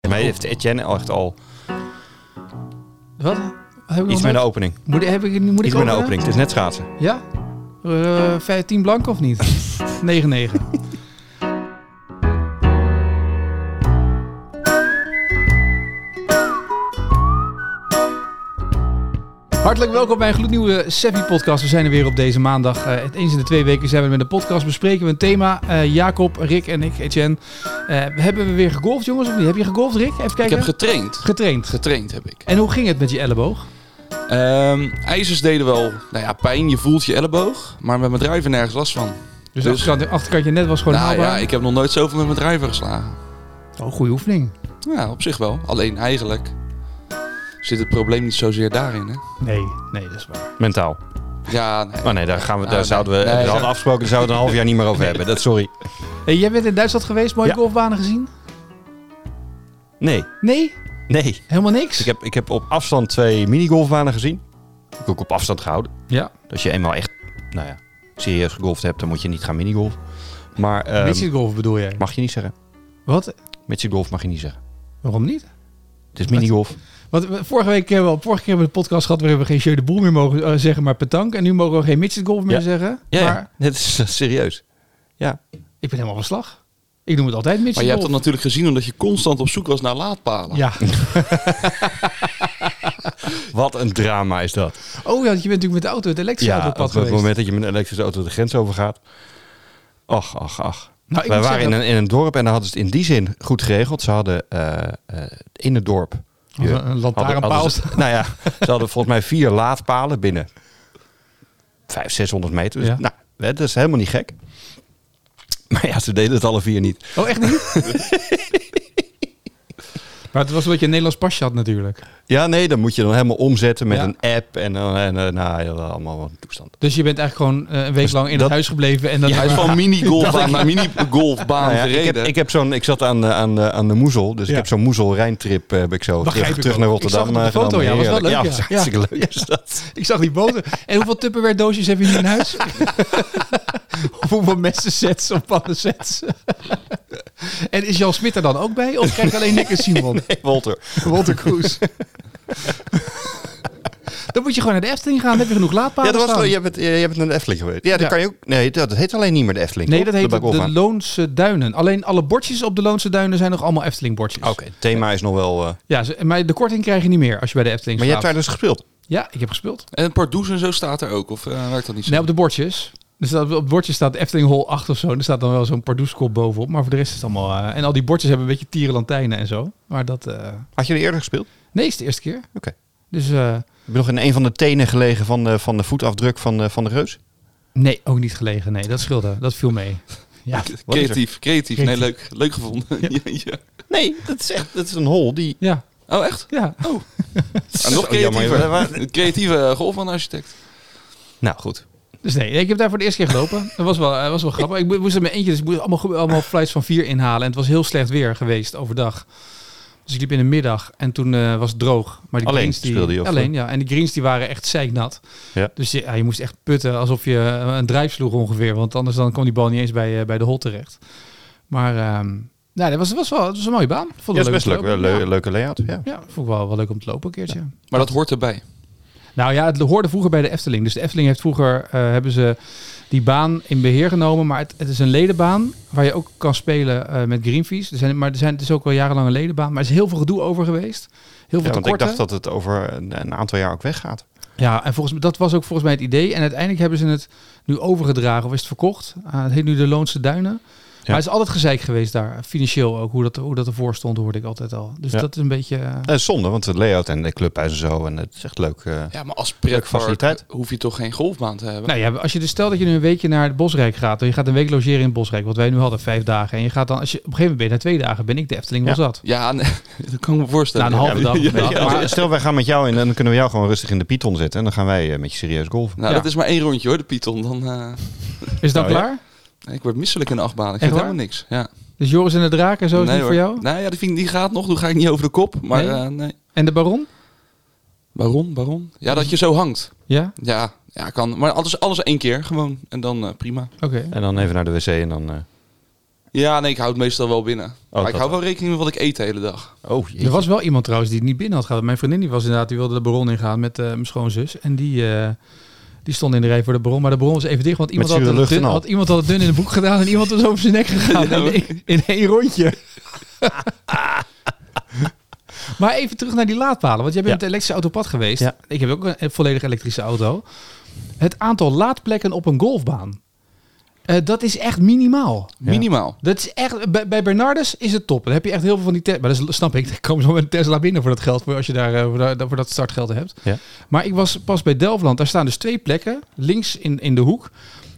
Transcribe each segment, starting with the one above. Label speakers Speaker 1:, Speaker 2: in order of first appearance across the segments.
Speaker 1: Voor mij heeft Etienne echt al
Speaker 2: Wat? Heb ik
Speaker 1: iets
Speaker 2: nog
Speaker 1: met
Speaker 2: nooit-
Speaker 1: een opening.
Speaker 2: Moet, heb ik, moet
Speaker 1: Iets
Speaker 2: ik
Speaker 1: met een
Speaker 2: openen?
Speaker 1: opening. Het is net schaatsen.
Speaker 2: Ja? Eh 15 blank of niet? 9-9. Hartelijk welkom bij een gloednieuwe Sevi podcast. We zijn er weer op deze maandag. Eh, het eens in de twee weken zijn we met een podcast. Bespreken we een thema. Eh, Jacob, Rick en ik, Etienne. Eh, hebben we weer gegolfd, jongens? Of niet? Heb je gegolfd, Rick? Even kijken.
Speaker 3: Ik heb getraind.
Speaker 2: getraind.
Speaker 3: Getraind heb ik.
Speaker 2: En hoe ging het met je elleboog?
Speaker 3: Ehm, ijzers deden wel nou ja, pijn, je voelt je elleboog, maar met mijn drijver nergens last van.
Speaker 2: Dus,
Speaker 3: Dus-
Speaker 2: achterkant, achterkantje net was gewoon
Speaker 3: Nou ja,
Speaker 2: haalbaar.
Speaker 3: ik heb nog nooit zoveel met mijn drijver geslagen.
Speaker 2: Oh, goede oefening.
Speaker 3: Ja, op zich wel. Alleen eigenlijk zit het probleem niet zozeer daarin. Hè?
Speaker 2: Nee, nee, dat is waar.
Speaker 1: Mentaal.
Speaker 3: Ja, nee.
Speaker 1: Maar nee, daar, gaan we, daar
Speaker 3: Ah, nee.
Speaker 1: zouden we,
Speaker 3: Nee,
Speaker 1: we hadden
Speaker 3: ja.
Speaker 1: afgesproken, daar zouden we het een half jaar niet meer over hebben. Dat sorry.
Speaker 2: Hey, jij bent in Duitsland geweest, mooie
Speaker 1: Ja.
Speaker 2: golfbanen gezien?
Speaker 1: Nee,
Speaker 2: Nee,
Speaker 1: nee.
Speaker 2: helemaal niks.
Speaker 1: Ik heb, ik heb op afstand twee minigolfbanen gezien. Ik heb ook op afstand gehouden.
Speaker 2: Ja,
Speaker 1: Als je eenmaal echt, nou ja, serieus gegolfd hebt, dan moet je niet gaan minigolfen. Maar ehm,
Speaker 2: midget golf bedoel jij?
Speaker 1: mag je niet zeggen.
Speaker 2: Wat?
Speaker 1: Midget golf mag je niet zeggen.
Speaker 2: Waarom niet?
Speaker 1: Het is minigolf.
Speaker 2: Want we- vorige week hebben we, vorige keer hebben we de podcast gehad waarin we geen jeu de boel meer mogen eh, zeggen, maar petank. En nu mogen we geen midget golf meer
Speaker 1: Ja.
Speaker 2: zeggen.
Speaker 1: Ja,
Speaker 2: maar
Speaker 1: ja. Dit is eh, serieus. Ja.
Speaker 2: ik ben helemaal van slag. Ik noem het altijd midget
Speaker 3: Maar je hebt
Speaker 2: golf.
Speaker 3: dat natuurlijk gezien omdat je constant op zoek was naar laadpalen.
Speaker 2: ja.
Speaker 1: Wat een drama is dat.
Speaker 2: Oh ja, want je bent natuurlijk met de auto, het elektrische
Speaker 1: Ja,
Speaker 2: auto
Speaker 1: op
Speaker 2: op pad
Speaker 1: het
Speaker 2: geweest.
Speaker 1: moment dat je met een elektrische auto de grens overgaat. Och, ach, ach.
Speaker 2: Nou, ik
Speaker 1: Wij
Speaker 2: moet
Speaker 1: waren in
Speaker 2: zeggen-
Speaker 1: een, in een dorp en daar hadden ze het in die zin goed geregeld. Ze hadden eh, eh, in het dorp...
Speaker 2: Als een- een lantaarnpaal
Speaker 1: hadden ze- nou ja, ze hadden volgens mij vier laadpalen binnen. Vijf, 600 meter. Dus,
Speaker 2: Ja.
Speaker 1: Nou, hè, dat is helemaal niet gek. Maar ja, ze deden het alle vier niet.
Speaker 2: Oh, echt niet? maar het was omdat je een Nederlands pasje had natuurlijk.
Speaker 1: Ja, nee, dan moet je dan helemaal omzetten met
Speaker 2: Ja.
Speaker 1: een app. En, dan- en, eh, nou, ja, allemaal wat een toestand.
Speaker 2: Dus je bent eigenlijk gewoon eh, een week lang in
Speaker 1: Dus dat-
Speaker 2: het huis gebleven. En dan
Speaker 3: Je hebt van minigolfbaan naar minigolfbaan
Speaker 1: Nou ja, ik,
Speaker 3: gereden.
Speaker 1: heb, ik, heb zo'n, ik zat aan, de- aan, de- aan de moezel, dus
Speaker 2: Ja.
Speaker 1: ik heb zo'n moezel-Rijntrip eh, heb ik zo
Speaker 2: Begrijp
Speaker 1: terug,
Speaker 2: ik
Speaker 1: terug
Speaker 2: ook.
Speaker 1: naar
Speaker 2: Ik zag
Speaker 1: Rotterdam.
Speaker 2: het op de
Speaker 1: eh,
Speaker 2: foto,
Speaker 1: genomen.
Speaker 2: ja, was wel
Speaker 1: Heerlijk.
Speaker 2: leuk,
Speaker 1: Ja, was
Speaker 2: ja.
Speaker 1: hartstikke leuk. is dat.
Speaker 2: Ik zag die boter. En hoeveel Tupperware doosjes hebben jullie in huis? of hoeveel messen sets of pannen sets? en is Jan Smit er dan ook bij? Of krijgt alleen ik en Simon?
Speaker 1: Hey, Walter.
Speaker 2: Walter Kroes. dan moet je gewoon naar de Efteling gaan. Dan heb je genoeg
Speaker 1: Ja,
Speaker 2: laadpalen
Speaker 1: dat was,
Speaker 2: staan.
Speaker 1: wel- je, bent, eh, je bent naar de Efteling geweest. Ja, dat
Speaker 2: Ja.
Speaker 1: kan je ook. Nee, dat heet alleen niet meer de Efteling.
Speaker 2: Nee,
Speaker 1: toch?
Speaker 2: dat heet
Speaker 1: Daar ben ik
Speaker 2: de
Speaker 1: wel van.
Speaker 2: Loonse Duinen. Alleen alle bordjes op de Loonse Duinen zijn nog allemaal Efteling-bordjes.
Speaker 1: Oké, het thema is nog wel. eh,
Speaker 2: Ja, ze- maar de korting krijg je niet meer als je bij de Efteling
Speaker 1: maar je hebt
Speaker 2: staat.
Speaker 1: daar dus gespeeld.
Speaker 2: Ja, ik heb gespeeld.
Speaker 3: En Pardoes en zo staat er ook, of eh, werkt dat niet
Speaker 1: Nou,
Speaker 3: zo?
Speaker 2: Nee, op de bordjes. Dus dat, op het bordje staat Efteling Hall 8 of zo. En er staat dan wel zo'n pardoeskop bovenop. Maar voor de rest is het allemaal... eh, en al die bordjes hebben een beetje tierenlantijnen en zo. Maar dat... eh,
Speaker 1: Had je er eerder gespeeld?
Speaker 2: nee, is de eerste keer.
Speaker 1: Oké.
Speaker 2: Dus eh,
Speaker 1: Heb je nog in een van de tenen gelegen van de, van de voetafdruk van de, van de reus?
Speaker 2: nee, ook niet gelegen. Nee, dat scheelde. Dat viel mee. Ja,
Speaker 1: Wat is er?
Speaker 3: creatief, creatief. Nee, leuk, leuk gevonden. Ja. ja.
Speaker 1: Nee, dat is echt dat is een hol die.
Speaker 2: ja,
Speaker 3: Oh, echt?
Speaker 2: ja.
Speaker 3: Ah, nog
Speaker 1: Zo jammer,
Speaker 3: creatiever.
Speaker 1: joh.
Speaker 3: Een creatieve eh, golfman-architect.
Speaker 1: Nou goed.
Speaker 2: Dus nee, ik heb daar voor de eerste keer gelopen. Dat was wel, eh, was wel grappig. Ik mo- moest er met eentje, dus ik moest allemaal, go- allemaal flights van vier inhalen. En het was heel slecht weer geweest overdag. Dus ik liep in de middag en toen eh, was het droog. Maar die
Speaker 1: Alleen
Speaker 2: greens die,
Speaker 1: speelde je, of-
Speaker 2: Alleen, ja. En die greens die waren echt zeiknat.
Speaker 1: Ja.
Speaker 2: Dus je, ja, je moest echt putten alsof je eh, een drijf sloeg ongeveer. Want anders dan kwam die bal niet eens bij, eh, bij de hol terecht. Maar ehm, nou, dat was, was wel, het was een mooie baan. Vond
Speaker 1: Dat
Speaker 2: het
Speaker 1: is best
Speaker 2: om
Speaker 1: leuk.
Speaker 2: te
Speaker 1: Wel
Speaker 2: lopen.
Speaker 1: leu- Leuke layout. Ja.
Speaker 2: Ja, ja, vond ik wel, wel leuk om te lopen een keertje.
Speaker 3: Maar dat hoort erbij.
Speaker 2: Nou ja, het hoorde vroeger bij de Efteling. Dus de Efteling heeft vroeger eh, hebben ze die baan in beheer genomen. Maar het, het is een ledenbaan waar je ook kan spelen eh, met greenfees. Er zijn, maar er zijn, het is ook al jarenlang een ledenbaan. Maar er is heel veel gedoe over geweest. Heel veel
Speaker 1: Ja, want ik
Speaker 2: tekorten.
Speaker 1: dacht dat het over een, een aantal jaar ook weggaat.
Speaker 2: Ja, en volgens, dat was ook volgens mij het idee. En uiteindelijk hebben ze het nu overgedragen of is het verkocht. Ah, het heet nu de Loonse Duinen. Maar het is altijd gezeik geweest daar, financieel ook. Hoe dat, hoe dat ervoor stond, hoorde ik altijd al. Dus
Speaker 1: Ja.
Speaker 2: dat is een beetje... eh,
Speaker 1: Eh, zonde, want de layout en de clubhuis en zo. En het is echt leuk. eh.
Speaker 3: Ja, maar als
Speaker 1: Leuke faciliteit.
Speaker 3: pretpark hoef je toch geen golfbaan te hebben?
Speaker 2: Nou ja, als je dus stel dat je nu een weekje naar het Bosrijk gaat, en je gaat een week logeren in het Bosrijk, wat wij nu hadden, vijf dagen, en je gaat dan, als je op een gegeven moment ben je na twee dagen, ben ik de Efteling was dat.
Speaker 3: Ja, nee, dat kan ik me
Speaker 2: Na
Speaker 3: voorstellen.
Speaker 2: een halve dag.
Speaker 1: Weet je,
Speaker 2: Ja,
Speaker 1: als-
Speaker 2: maar-
Speaker 1: Eh, stel, wij gaan met jou in en dan kunnen we jou gewoon rustig in de Python zetten. En dan gaan wij eh, met je serieus golven.
Speaker 3: Nou,
Speaker 2: Ja.
Speaker 3: dat is maar één rondje hoor, de Python. Dan, eh,
Speaker 2: Is dat
Speaker 1: Nou ja.
Speaker 2: klaar?
Speaker 3: ik word misselijk in de achtbaan. Ik
Speaker 2: Echt
Speaker 3: vind
Speaker 2: waar?
Speaker 3: helemaal niks. Ja.
Speaker 2: Dus Joris en de Draak en zo is
Speaker 3: nee,
Speaker 2: niet voor
Speaker 3: hoor.
Speaker 2: jou?
Speaker 3: Nou ja, die, vind, die gaat nog. Toen ga ik niet over de kop. Maar
Speaker 2: Nee?
Speaker 3: nee. nee.
Speaker 2: En de Baron?
Speaker 3: Waarom, waarom? Ja, dat je zo hangt.
Speaker 2: Ja?
Speaker 3: Ja, ja kan. Maar alles, alles één keer gewoon. En dan eh, prima.
Speaker 2: Oké.
Speaker 1: En dan even naar de wc en dan... eh,
Speaker 3: Ja, nee, ik hou het meestal wel binnen. maar ik
Speaker 1: Oh, dat
Speaker 3: hou wel rekening met wat ik eet de hele dag.
Speaker 1: Oh,
Speaker 2: Er was wel iemand trouwens die het niet binnen had gehad. Mijn vriendin die was inderdaad, die wilde de bron ingaan met eh, mijn schoonzus. En die, eh, die stond in de rij voor de bron. Maar de bron was even dicht, want iemand, had
Speaker 1: zure
Speaker 2: het,
Speaker 1: lucht
Speaker 2: dun,
Speaker 1: en al.
Speaker 2: had, iemand had het dun in de boek gedaan en iemand was over zijn nek gegaan
Speaker 3: Ja,
Speaker 2: in, één- in één rondje. maar even terug naar die laadpalen, want jij bent
Speaker 1: Ja.
Speaker 2: met een elektrische autopad geweest.
Speaker 1: Ja.
Speaker 2: Ik heb ook een volledig elektrische auto. Het aantal laadplekken op een golfbaan, eh, dat is echt minimaal.
Speaker 3: Minimaal.
Speaker 2: Dat is echt, bij, bij Bernardus is het top. Dan heb je echt heel veel van die... te- Maar dat is- snap ik, daar komen ze wel met een Tesla binnen voor dat geld. Voor als je daar, eh, voor, dat- voor dat startgeld hebt.
Speaker 1: Ja.
Speaker 2: Maar ik was pas bij Delftland. Daar staan dus twee plekken. Links in, in de hoek.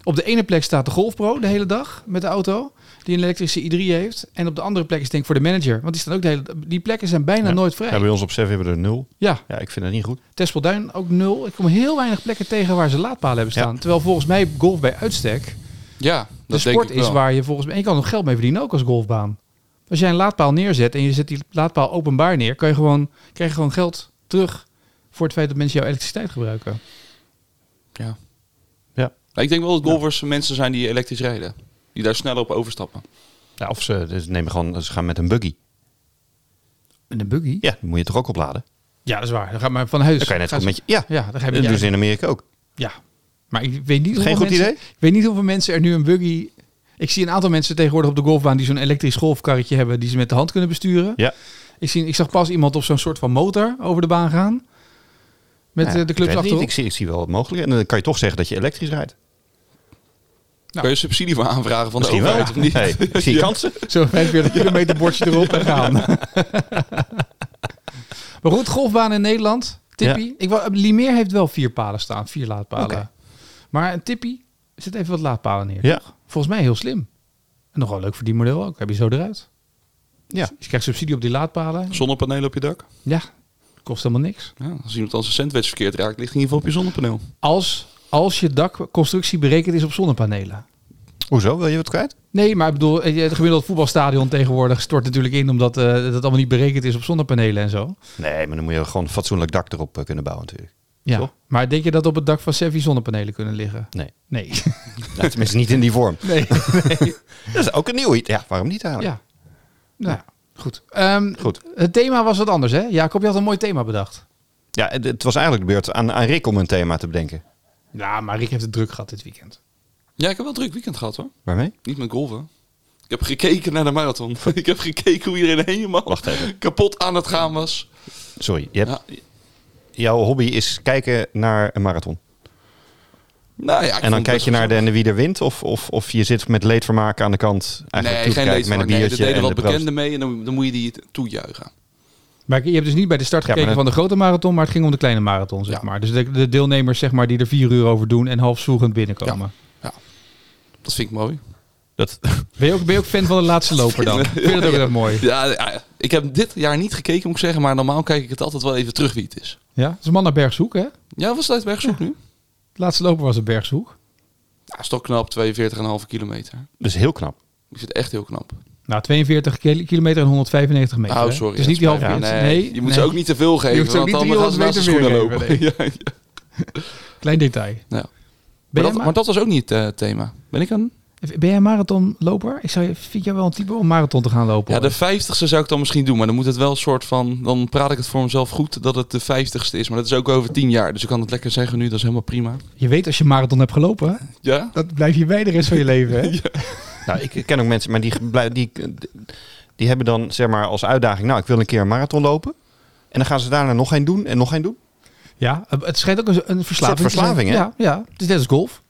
Speaker 2: Op de ene plek staat de Golfpro de hele dag met de auto. Die een elektrische i3 heeft. En op de andere plek is denk ik voor de manager. Want die, staan ook de hele, die plekken zijn bijna
Speaker 1: Ja.
Speaker 2: nooit vrij.
Speaker 1: Ja, bij ons op Sev hebben we er nul.
Speaker 2: Ja,
Speaker 1: Ja, ik vind dat niet goed.
Speaker 2: Tespelduin ook nul. Ik kom heel weinig plekken tegen waar ze laadpalen hebben staan. Terwijl volgens mij golf bij uitstek...
Speaker 3: Ja, dat
Speaker 2: De
Speaker 3: denk
Speaker 2: sport
Speaker 3: ik
Speaker 2: is
Speaker 3: wel.
Speaker 2: waar je volgens mij... En je kan nog geld mee verdienen ook als golfbaan. Als jij een laadpaal neerzet en je zet die laadpaal openbaar neer... Kan je gewoon, krijg je gewoon geld terug voor het feit dat mensen jouw elektriciteit gebruiken.
Speaker 3: Ja.
Speaker 1: Ja.
Speaker 3: Ik denk wel dat golfers mensen zijn die elektrisch rijden. Die daar sneller op overstappen.
Speaker 1: Ja, of ze, dus nemen gewoon, ze gaan met een buggy.
Speaker 2: Met een buggy?
Speaker 1: Ja, die moet je toch ook opladen?
Speaker 2: Ja, dat is waar. Dan gaat maar van huis.
Speaker 1: Dan kan je net
Speaker 2: Ga
Speaker 1: goed
Speaker 2: ze-
Speaker 1: met je... Ja,
Speaker 2: Ja, dan ga
Speaker 1: dat
Speaker 2: je met
Speaker 1: doen
Speaker 2: je...
Speaker 1: ze in Amerika ook.
Speaker 2: Ja. Maar ik weet, niet hoeveel
Speaker 1: goed
Speaker 2: mensen,
Speaker 1: idee?
Speaker 2: ik weet niet hoeveel mensen er nu een buggy... Ik zie een aantal mensen tegenwoordig op de golfbaan die zo'n elektrisch golfkarretje hebben... die ze met de hand kunnen besturen.
Speaker 1: Ja.
Speaker 2: Ik, zie, ik zag pas iemand op zo'n soort van motor over de baan gaan. Met
Speaker 1: Nou Ja,
Speaker 2: eh, de
Speaker 1: ik weet
Speaker 2: clubs
Speaker 1: het niet.
Speaker 2: achterop.
Speaker 1: Ik zie, ik zie wel het mogelijke. En dan kan je toch zeggen dat je elektrisch rijdt.
Speaker 3: Kan je subsidie voor aanvragen van de
Speaker 1: Misschien wel.
Speaker 3: overheid of niet?
Speaker 1: Hey, ik zie kansen.
Speaker 2: Zo'n 45 kilometer bordje erop en gaan. maar goed, golfbaan in Nederland. Tippie. Ik wou, Limeer heeft wel vier palen staan. Vier laadpalen.
Speaker 1: Oké.
Speaker 2: Maar een tippie zet even wat laadpalen neer.
Speaker 1: Ja.
Speaker 2: Volgens mij heel slim. En nogal leuk voor die model ook. Heb je zo eruit.
Speaker 1: Ja.
Speaker 2: Dus je krijgt subsidie op die laadpalen.
Speaker 3: Zonnepanelen op je dak?
Speaker 2: Ja, kost helemaal niks.
Speaker 3: Ja, als iemand dan zijn sandwich verkeerd raakt, ligt in ieder geval op je zonnepaneel.
Speaker 2: Als, als je dakconstructie berekend is op zonnepanelen.
Speaker 1: Hoezo? Wil je wat kwijt?
Speaker 2: Nee, maar ik bedoel, eh, het gemiddeld voetbalstadion tegenwoordig stort natuurlijk in omdat eh, dat allemaal niet berekend is op zonnepanelen en zo.
Speaker 1: Nee, maar dan moet je gewoon een fatsoenlijk dak erop eh, kunnen bouwen natuurlijk.
Speaker 2: Ja,
Speaker 1: Toch?
Speaker 2: maar denk je dat op het dak van Sevi zonnepanelen kunnen liggen?
Speaker 1: Nee.
Speaker 2: Nee.
Speaker 1: Nou, tenminste niet in die vorm.
Speaker 2: nee.
Speaker 1: Dat is ook een nieuw iets. Ja, waarom niet eigenlijk?
Speaker 2: Ja. Nou, ja, goed. Ehm,
Speaker 1: Goed.
Speaker 2: Het thema was wat anders, hè? Jacob, je had een mooi thema bedacht.
Speaker 1: Ja, het- het was eigenlijk de beurt aan, aan Rick om een thema te bedenken.
Speaker 2: Ja, maar Rick heeft het druk gehad dit weekend.
Speaker 3: Ja, ik heb wel een druk weekend gehad hoor.
Speaker 1: Waarmee?
Speaker 3: Niet met golven. Ik heb gekeken naar de marathon. ik heb gekeken hoe iedereen helemaal
Speaker 1: Wacht even.
Speaker 3: kapot aan het gaan was.
Speaker 1: Sorry. Je hebt-
Speaker 3: Ja,
Speaker 1: Jouw hobby is kijken naar een marathon.
Speaker 3: nou ja, ik
Speaker 1: en dan
Speaker 3: vond het
Speaker 1: kijk
Speaker 3: best
Speaker 1: je naar de,
Speaker 3: gezellig.
Speaker 1: en wie er wint? Of, of, of je zit met leedvermaak aan de kant? Eigenlijk
Speaker 3: Nee,
Speaker 1: toe te
Speaker 3: geen
Speaker 1: kijken
Speaker 3: leedvermaak.
Speaker 1: Met
Speaker 3: Nee,
Speaker 1: een
Speaker 3: er
Speaker 1: biertje
Speaker 3: deden
Speaker 1: en
Speaker 3: wat
Speaker 1: de proost.
Speaker 3: bekenden mee en dan, dan moet je die t- toejuichen.
Speaker 2: Maar je hebt dus niet bij de start gekeken
Speaker 1: maar
Speaker 2: van de grote marathon, maar het ging om de kleine marathon, zeg
Speaker 3: Ja.
Speaker 2: maar. Dus de, de deelnemers, zeg maar, die er vier uur over doen en half zoegend binnenkomen.
Speaker 3: Dat vind ik mooi.
Speaker 1: Dat,
Speaker 2: Ben, je ook, ben je ook fan van de laatste loper dan? Vind je dat ook wel mooi?
Speaker 3: Ja, ja, ik heb dit jaar niet gekeken, moet ik zeggen. Maar normaal kijk ik het altijd wel even terug wie het is.
Speaker 2: Ja? Het is een man naar Bergshoek, hè?
Speaker 3: Ja, was het uit Bergzoek nu?
Speaker 2: De laatste loper was op Bergshoek.
Speaker 3: Ja, is toch knap. 42,5 kilometer.
Speaker 1: dus heel knap.
Speaker 3: Ik vind het echt heel knap.
Speaker 2: Nou, 42 kil- kilometer en 195 meter.
Speaker 3: Oh,
Speaker 2: hè?
Speaker 3: sorry.
Speaker 2: Het is niet die
Speaker 3: dat
Speaker 2: halve
Speaker 3: spijt me.
Speaker 2: kilometer.
Speaker 3: Nee,
Speaker 2: Nee,
Speaker 3: je moet
Speaker 2: nee.
Speaker 3: ze ook niet te veel geven,
Speaker 2: hoeft ze ook
Speaker 3: want dan
Speaker 2: niet
Speaker 3: gaan ze naast de
Speaker 2: 300
Speaker 3: schoenen
Speaker 2: meter
Speaker 3: lopen.
Speaker 2: weer
Speaker 3: Ja, ja.
Speaker 2: Klein detail. Ben,
Speaker 3: Nou, maar, dat,
Speaker 2: jij,
Speaker 3: maar dat was ook niet het eh, thema. Ben ik een?
Speaker 2: ma- ben jij een marathonloper? Ik zou, je- vind jij wel een type om marathon te gaan lopen?
Speaker 3: Ja, dus- de
Speaker 2: hoor.
Speaker 3: 50ste zou ik dan misschien doen, maar dan moet het wel een soort van. Dan praat ik het voor mezelf goed dat het de 50ste is, maar dat is ook over 10 jaar. Dus ik kan het lekker zeggen nu, dat is helemaal prima.
Speaker 2: Je weet als je marathon hebt gelopen,
Speaker 3: Ja?
Speaker 2: dat blijf je bij de rest van je leven. Hè?
Speaker 1: Nou, ik ken ook mensen, maar die, blij- die, die hebben dan zeg maar als uitdaging... Nou, ik wil een keer een marathon lopen. En dan gaan ze daarna nog één doen en nog één doen.
Speaker 2: Ja, het schijnt ook een, een verslaving.
Speaker 1: Een soort verslaving,
Speaker 2: te zijn. Ja, ja, het is net als golf.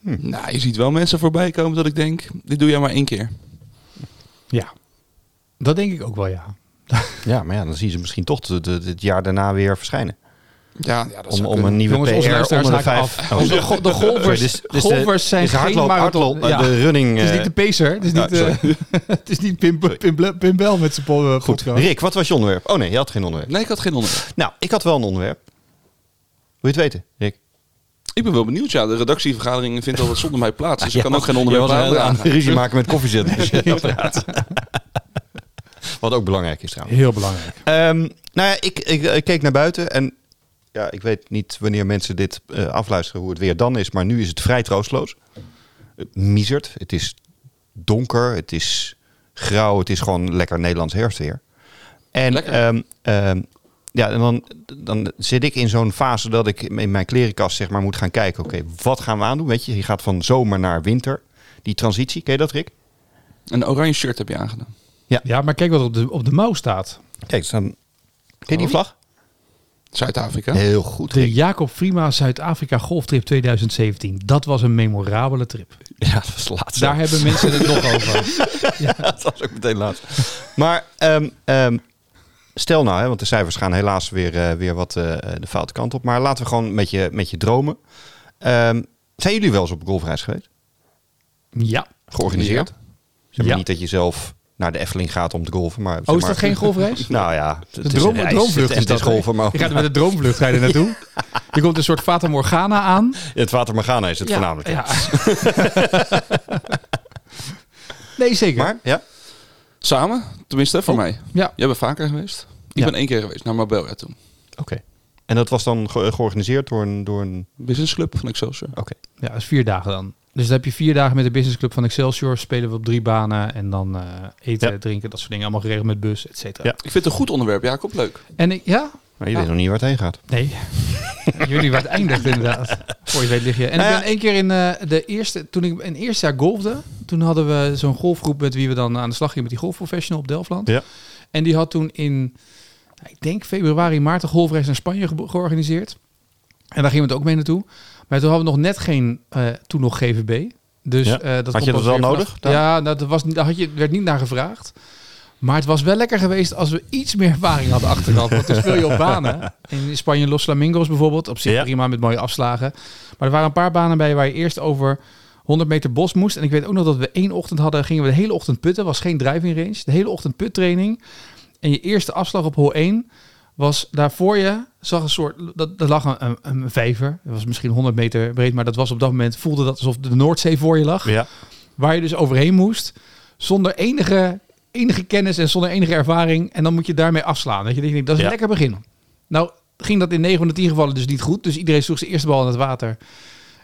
Speaker 3: Nou, je ziet wel mensen voorbij komen dat ik denk, dit doe jij maar één keer.
Speaker 2: Ja. Dat denk ik ook wel, ja.
Speaker 1: Ja, maar ja, dan zien ze misschien toch de- de- het jaar daarna weer verschijnen.
Speaker 3: Ja, ja dat
Speaker 1: Om,
Speaker 3: zou
Speaker 1: om
Speaker 3: kunnen.
Speaker 1: een nieuwe
Speaker 2: Jongens, onze
Speaker 1: PR
Speaker 2: luisteraars
Speaker 1: onder de
Speaker 2: haken
Speaker 1: vijf.
Speaker 2: af.
Speaker 1: Oh,
Speaker 2: Onze go- de golfers,
Speaker 1: sorry, dus- dus de-
Speaker 2: golfers zijn
Speaker 1: dus de
Speaker 2: geen
Speaker 1: hardloop,
Speaker 2: marathon.
Speaker 1: hardloop,
Speaker 2: Ja.
Speaker 1: de running.
Speaker 2: Het is
Speaker 1: eh,
Speaker 2: niet de pacer, het is
Speaker 1: Ja,
Speaker 2: niet, eh, het is niet Pim, Pim, Pim, Pim Bel met zijn pol- eh,
Speaker 1: Goed,
Speaker 2: podcast.
Speaker 1: Rick, wat was je onderwerp? Oh nee, je had geen onderwerp.
Speaker 3: Nee, ik had geen onderwerp.
Speaker 1: Nou, ik had wel een onderwerp. Wil je het weten,
Speaker 2: Ah,
Speaker 1: Rick?
Speaker 3: Ik ben wel benieuwd, ja. De redactievergadering vindt al wat zonder mij plaats, dus ik kan ook geen
Speaker 1: Je
Speaker 3: onderwerp
Speaker 1: was aan- aan
Speaker 3: aandragen.
Speaker 1: ruzie maken met koffiezetten. als je dat praat. Wat ook belangrijk is trouwens.
Speaker 2: Heel belangrijk.
Speaker 1: Ehm, nou ja, ik, ik, ik keek naar buiten en ja, ik weet niet wanneer mensen dit eh, afluisteren hoe het weer dan is, maar nu is het vrij troostloos. Eh, Miezert. Het is donker, het is grauw, het is gewoon lekker Nederlands herfstweer. En,
Speaker 3: Lekker.
Speaker 1: ehm, ehm, ja, en dan, dan zit ik in zo'n fase dat ik in mijn klerenkast zeg maar moet gaan kijken, oké, wat gaan we aandoen? Weet je, je gaat van zomer naar winter. Die transitie, ken je dat Rick?
Speaker 3: Een oranje shirt heb je aangedaan.
Speaker 2: Ja, maar kijk wat er op de, op de mouw staat.
Speaker 1: Kijk, er staan- ken je die
Speaker 3: Oh.
Speaker 1: vlag?
Speaker 3: Zuid-Afrika.
Speaker 1: Heel goed.
Speaker 2: De
Speaker 1: Rick.
Speaker 2: Jacob Frima Zuid-Afrika golftrip 2017. Dat was een memorabele trip.
Speaker 1: Ja, dat was laatst.
Speaker 2: Daar hebben mensen het nog over.
Speaker 1: dat was ook meteen laat. Maar ehm, ehm, stel nou, hè, want de cijfers gaan helaas weer, eh, weer wat eh, de foute kant op. Maar laten we gewoon met je, met je dromen. Ehm, zijn jullie wel eens op een golfreis geweest?
Speaker 2: Ja.
Speaker 1: Georganiseerd? Zeg maar
Speaker 2: Ja.
Speaker 1: Niet dat je zelf naar de Efteling gaat om te golfen. Maar, zeg
Speaker 2: Oh, is
Speaker 1: maar-
Speaker 2: dat geen golfreis?
Speaker 1: Nou ja, het
Speaker 2: De droom,
Speaker 1: een ijs-
Speaker 2: droomvlucht
Speaker 1: en
Speaker 2: is
Speaker 1: het
Speaker 2: dat.
Speaker 1: is golfen, maar
Speaker 2: Je gaat er met de droomvlucht rijden naartoe. Je komt een soort Fata Morgana aan.
Speaker 1: het water Morgana is het voornamelijk.
Speaker 2: Ja. nee, zeker.
Speaker 1: Maar, ja?
Speaker 3: Samen, tenminste voor mij.
Speaker 2: ja.
Speaker 3: Jij bent vaker geweest. Ik
Speaker 2: Ja.
Speaker 3: ben één keer geweest naar Marbella toen.
Speaker 1: Oké. En dat was dan ge- georganiseerd door een... Door een...
Speaker 3: Businessclub van Excelsior.
Speaker 1: Oké.
Speaker 2: ja, dat is vier dagen dan. Dus dan heb je vier dagen met de businessclub van Excelsior. Spelen we op drie banen en dan eh, eten,
Speaker 1: Ja.
Speaker 2: drinken, dat soort dingen. Allemaal geregeld met bus, et cetera.
Speaker 1: Ja.
Speaker 3: Ik vind het een goed onderwerp, Jacob. Leuk.
Speaker 2: En ik, ja?
Speaker 1: Maar je
Speaker 2: Ja.
Speaker 1: weet nog niet waar het heen gaat.
Speaker 2: Nee. Jullie waar het eindigt inderdaad. Voor je het weet lig je. En
Speaker 1: Nou
Speaker 2: ik
Speaker 1: ja.
Speaker 2: ben één keer in eh, de eerste, toen ik in het eerste jaar golfde, toen hadden we zo'n golfgroep met wie we dan aan de slag gingen met die golfprofessional op Delftland.
Speaker 1: Ja.
Speaker 2: En die had toen in, nou, ik denk februari, maart een golfreis naar Spanje ge- georganiseerd. En daar gingen we het ook mee naartoe. Maar toen hadden we nog net geen, eh, toen nog GVB. Dus
Speaker 1: Ja.
Speaker 2: eh, dat
Speaker 1: Had je dat
Speaker 2: komt
Speaker 1: wel
Speaker 2: weer vanaf-
Speaker 1: nodig dan?
Speaker 2: Ja, nou, dat was, niet- daar had je, werd niet naar gevraagd. Maar het was wel lekker geweest als we iets meer ervaring hadden achteraf. Want toen speel je op banen. In Spanje Los Flamingos bijvoorbeeld. Op zich
Speaker 1: Ja.
Speaker 2: prima met mooie afslagen. Maar er waren een paar banen bij waar je eerst over 100 meter bos moest. En ik weet ook nog dat we één ochtend hadden. Gingen we de hele ochtend putten. Was geen driving range. De hele ochtend puttraining. En je eerste afslag op hole 1 was daarvoor je. Zag een soort. Dat, dat lag een, een, een vijver. Dat was misschien 100 meter breed. Maar dat was op dat moment. Voelde dat alsof de Noordzee voor je lag
Speaker 1: Ja.
Speaker 2: waar je dus overheen moest. Zonder enige, enige kennis en zonder enige ervaring. En dan moet je daarmee afslaan. Weet je, dat, je denkt, dat is een
Speaker 1: Ja.
Speaker 2: lekker begin. Nou ging dat in 9 van de 10 gevallen dus niet goed. Dus iedereen sloeg zijn eerste bal in het water.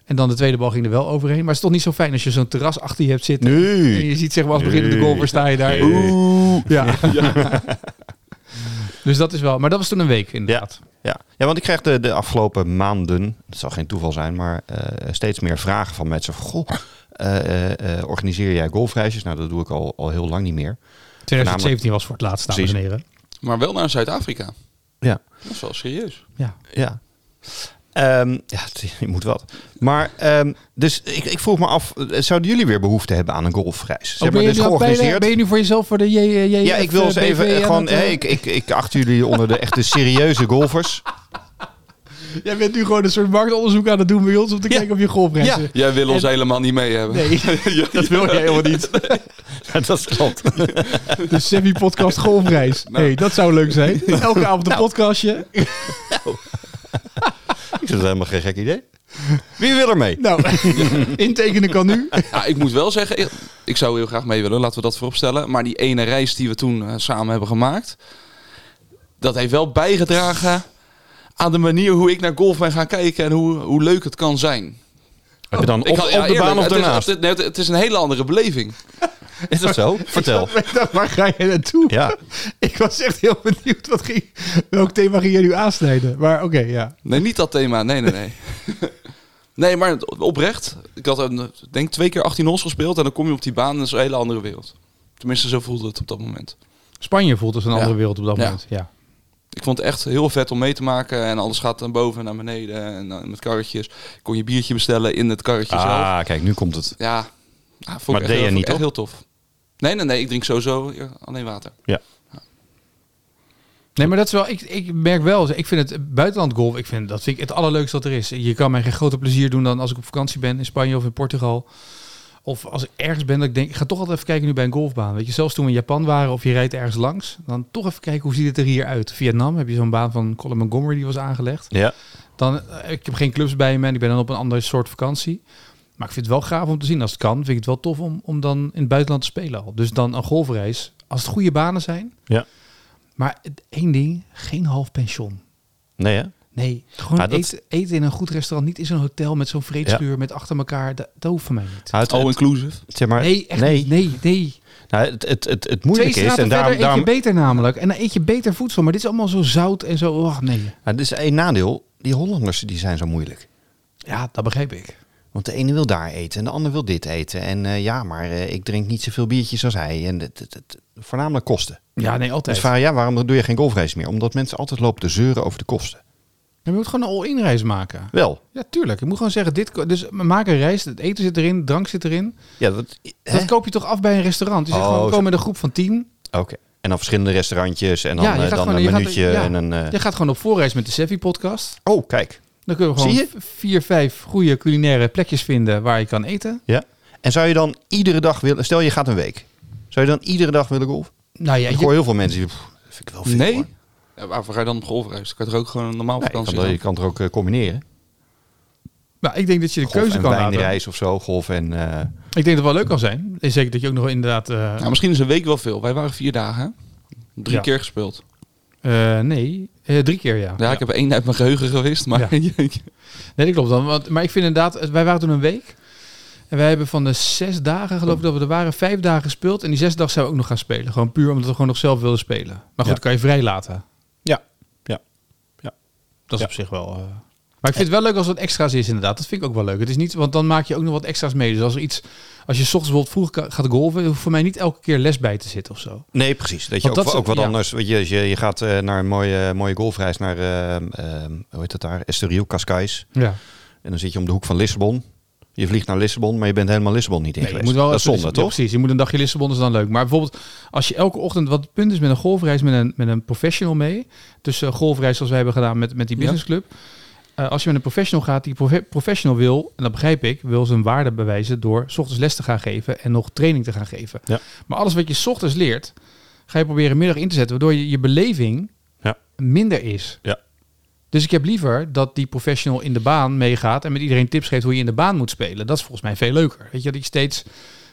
Speaker 2: En dan de tweede bal ging er wel overheen. Maar het is toch niet zo fijn als je zo'n terras achter je hebt zitten. En
Speaker 1: Nu!
Speaker 2: je ziet zeg maar als
Speaker 1: Nee.
Speaker 2: beginnende golfer sta je daar.
Speaker 1: Nee.
Speaker 2: Oeh. Ja. dus dat is wel. Maar dat was toen een week inderdaad.
Speaker 1: Ja. ja, want ik krijg de, de afgelopen maanden, het zal geen toeval zijn, maar eh, steeds meer vragen van mensen. Van, goh, eh, eh, eh, organiseer jij golfreisjes? Nou, dat doe ik al, al heel lang niet meer.
Speaker 2: 2017 was voor het laatst, dames en
Speaker 1: Precies.
Speaker 2: heren.
Speaker 3: Maar wel naar Zuid-Afrika.
Speaker 1: Ja.
Speaker 3: Dat is wel serieus.
Speaker 2: Ja.
Speaker 1: Ja. Ehm, ja, het- je moet wat. Maar, ehm, dus ik, ik vroeg me af, eh, zouden jullie weer behoefte hebben aan een golfreis?
Speaker 2: Oh, ben, je
Speaker 1: dus
Speaker 2: nu aan het peilen? ben je nu voor jezelf voor de J, J, J,
Speaker 1: Ja, ik wil eens even eh, gewoon, hey, ik, ik, ik acht jullie onder de echte serieuze golfers.
Speaker 2: Jij bent nu gewoon een soort marktonderzoek aan het doen bij ons om te kijken of je golfrechten.
Speaker 1: Ja.
Speaker 3: Jij wil ons helemaal niet mee hebben.
Speaker 2: Nee,
Speaker 3: Ja,
Speaker 2: dat wil jij helemaal niet.
Speaker 1: dat klopt.
Speaker 2: De semi-podcast golfreis. Nee, dat zou leuk zijn. Elke avond een podcastje.
Speaker 1: Ik vind het helemaal geen gek idee. Wie wil er mee?
Speaker 2: Nou, intekenen kan nu.
Speaker 3: Ja, ik moet wel zeggen, ik- ik zou heel graag mee willen, laten we dat vooropstellen. Maar die ene reis die we toen eh, samen hebben gemaakt, dat heeft wel bijgedragen aan de manier hoe ik naar golf ben gaan kijken en hoe, hoe leuk het kan zijn.
Speaker 1: Heb je dan op,
Speaker 3: ik had- ja,
Speaker 1: op de
Speaker 3: eerlijk,
Speaker 1: baan of
Speaker 3: het is-
Speaker 1: daarnaast?
Speaker 3: Het, nee, het- het is een hele andere beleving.
Speaker 1: Is dat zo? Vertel.
Speaker 2: Waar ga je naartoe?
Speaker 1: Ja.
Speaker 2: Ik was echt heel benieuwd. Wat ging, welk thema ging jij nu aansnijden? Maar oké, ja.
Speaker 3: Nee, niet dat thema. Nee, nee, nee. nee, maar oprecht. Ik had een, ik denk twee keer 18 holes gespeeld en dan kom je op die baan en dat is een hele andere wereld. Tenminste, zo voelde het op dat moment.
Speaker 2: Spanje voelt als een
Speaker 3: Ja.
Speaker 2: andere wereld op dat
Speaker 3: Ja.
Speaker 2: moment. Ja.
Speaker 3: Ik vond het echt heel vet om mee te maken en alles gaat naar boven en naar beneden en eh, met karretjes. Kon je biertje bestellen in het karretje zelf.
Speaker 1: Ah, kijk, nu komt het.
Speaker 3: Ja, ja vond
Speaker 1: Maar
Speaker 3: ik
Speaker 1: deed
Speaker 3: echt, heel,
Speaker 1: je
Speaker 3: vond ik
Speaker 1: niet,
Speaker 3: echt heel tof. Nee, nee, nee, ik drink sowieso ja, alleen water.
Speaker 2: Nee, maar dat is wel. Ik, ik merk wel. Ik vind het buitenland golf. Ik vind dat vind ik het allerleukste dat er is. Je kan mij geen groter plezier doen dan als ik op vakantie ben in Spanje of in Portugal. Of als ik ergens ben dat ik denk, ik ga toch altijd even kijken nu bij een golfbaan. Weet je, zelfs toen we in Japan waren of je rijdt ergens langs, dan toch even kijken hoe ziet het er hier uit. Vietnam heb je zo'n baan van Colin Montgomery die was aangelegd.
Speaker 1: Ja.
Speaker 2: Dan, eh, ik heb geen clubs bij me en ik ben dan op een ander soort vakantie. Maar ik vind het wel gaaf om te zien. Als het kan, vind ik het wel tof om, om dan in het buitenland te spelen al. Dus dan een golfreis. Als het goede banen zijn.
Speaker 1: Ja.
Speaker 2: Maar het- één ding, geen half pension.
Speaker 1: Nee, hè?
Speaker 2: Nee, gewoon
Speaker 1: Ah, dat-
Speaker 2: eten, eten in een goed restaurant. Niet in zo'n hotel met zo'n vreedschuur met achter elkaar. Dat, dat hoeft van mij niet.
Speaker 1: Nou, het-
Speaker 3: All
Speaker 1: het-
Speaker 3: inclusive.
Speaker 1: zeg maar,
Speaker 2: nee, echt
Speaker 1: nee.
Speaker 2: niet. Nee, nee.
Speaker 1: Nou, het, het, het, het
Speaker 2: Twee
Speaker 1: moeilijke is,
Speaker 2: straten
Speaker 1: en
Speaker 2: verder
Speaker 1: daarom,
Speaker 2: eet
Speaker 1: daarom,
Speaker 2: je beter namelijk. En dan eet je beter voedsel. Maar dit is allemaal zo zout en zo. Och, nee.
Speaker 1: Nou, dit is één nadeel. Die Hollanders die zijn zo moeilijk.
Speaker 2: Ja, dat begreep ik.
Speaker 1: Want de ene wil daar eten en de ander wil dit eten. En eh, ja, maar eh, ik drink niet zoveel biertjes als hij. En het, het, het- voornamelijk kosten.
Speaker 2: Ja, nee, altijd.
Speaker 1: Dus vraag je, ja, waarom doe je geen golfrace meer? Omdat mensen altijd lopen te zeuren over de kosten.
Speaker 2: Je moet gewoon een all-in reis maken.
Speaker 1: Wel.
Speaker 2: Ja, tuurlijk. Je moet gewoon zeggen, dit, ko- dus maak een reis. Het eten zit erin, drank zit erin.
Speaker 1: Ja, dat,
Speaker 2: Dat
Speaker 1: hè?
Speaker 2: koop je toch af bij een restaurant. Dus je
Speaker 1: Oh,
Speaker 2: zegt gewoon, we
Speaker 1: zo.
Speaker 2: komen met een groep van tien.
Speaker 1: Oké. En dan verschillende restaurantjes en dan,
Speaker 2: Ja, je
Speaker 1: eh,
Speaker 2: gaat
Speaker 1: dan
Speaker 2: gewoon-
Speaker 1: een
Speaker 2: je gaat-
Speaker 1: minuutje
Speaker 2: ja.
Speaker 1: en een... eh,
Speaker 2: Je gaat gewoon op voorreis met de Sevi podcast.
Speaker 1: Oh, kijk.
Speaker 2: Dan kunnen we
Speaker 1: Zie
Speaker 2: gewoon
Speaker 1: je?
Speaker 2: v- vier, vijf goede culinaire plekjes vinden waar je kan eten.
Speaker 1: Ja. En zou je dan iedere dag willen... Stel, je gaat een week. Zou je dan iedere dag willen golf?
Speaker 2: Nou ja,
Speaker 1: Ik
Speaker 2: je,
Speaker 1: hoor heel veel mensen die... pff, dat vind ik wel veel,
Speaker 3: Nee?
Speaker 1: hoor.
Speaker 3: Ja, waarvoor ga je dan op golfreis? Dan kan je toch ook gewoon een normaal
Speaker 1: Nee, je,
Speaker 3: vakantie
Speaker 1: kan, je
Speaker 3: doen?
Speaker 1: kan het ook eh, combineren.
Speaker 2: nou, ik denk dat je de
Speaker 1: Golf
Speaker 2: keuze
Speaker 1: en
Speaker 2: kan houden.
Speaker 1: wijnreis of zo. Golf en... eh,
Speaker 2: Ik denk dat het wel leuk kan zijn. En Zeker dat je ook nog inderdaad... eh,
Speaker 3: Nou, misschien is een week wel veel. Wij waren vier dagen. hè? Drie
Speaker 2: Ja.
Speaker 3: keer gespeeld.
Speaker 2: eh, nee, eh, drie keer ja.
Speaker 3: Ja, ik heb één uit mijn geheugen gewist, maar...
Speaker 2: Nee, dat klopt dan. Want, maar ik vind inderdaad, wij waren toen een week. En wij hebben van de zes dagen, geloof ik dat we er waren, vijf dagen gespeeld. En die zes dag zijn we ook nog gaan spelen. Gewoon puur omdat we gewoon nog zelf wilden spelen. Maar goed,
Speaker 1: Ja.
Speaker 2: kan je vrij laten.
Speaker 1: Ja. Ja. Ja.
Speaker 2: Dat is
Speaker 1: Ja.
Speaker 2: op zich wel... eh, Maar ik vind het wel leuk als er wat extra's is inderdaad. Dat vind ik ook wel leuk. Het is niet, want dan maak je ook nog wat extra's mee. Dus als er iets, als je 's ochtends bijvoorbeeld vroeg ka- gaat golven, hoeft voor mij niet elke keer les bij te zitten of zo.
Speaker 1: Nee, precies. Dat je
Speaker 2: Want
Speaker 1: ook,
Speaker 2: dat is-
Speaker 1: ook wat
Speaker 2: ja.
Speaker 1: anders. Weet je, als je, je gaat eh, naar een mooie, mooie golfreis naar, ehm, ehm, hoe heet dat daar? Estoril, Cascais.
Speaker 2: Ja.
Speaker 1: En dan zit je om de hoek van Lissabon. Je vliegt naar Lissabon, maar je bent helemaal Lissabon niet in
Speaker 2: Nee, je
Speaker 1: geweest.
Speaker 2: moet wel
Speaker 1: dat is
Speaker 2: even-
Speaker 1: zonde,
Speaker 2: ja,
Speaker 1: toch?
Speaker 2: precies, je moet een dagje Lissabon, is dan leuk. Maar bijvoorbeeld, als je elke ochtend, wat het punt is met een golfreis, met een, met een professional mee. Tussen golfreis zoals wij hebben gedaan met, met die
Speaker 3: Ja.
Speaker 2: businessclub. Eh, als je met een professional gaat, die profe- professional wil, en dat begrijp ik, wil zijn waarde bewijzen door 's ochtends les te gaan geven en nog training te gaan geven.
Speaker 1: Ja.
Speaker 2: Maar alles wat je 's ochtends leert, ga je proberen middag in te zetten, waardoor je, je beleving
Speaker 1: Ja.
Speaker 2: minder is.
Speaker 1: Ja.
Speaker 2: Dus ik heb liever dat die professional in de baan meegaat en met iedereen tips geeft hoe je in de baan moet spelen. Dat is volgens mij veel leuker. Weet je, dat je steeds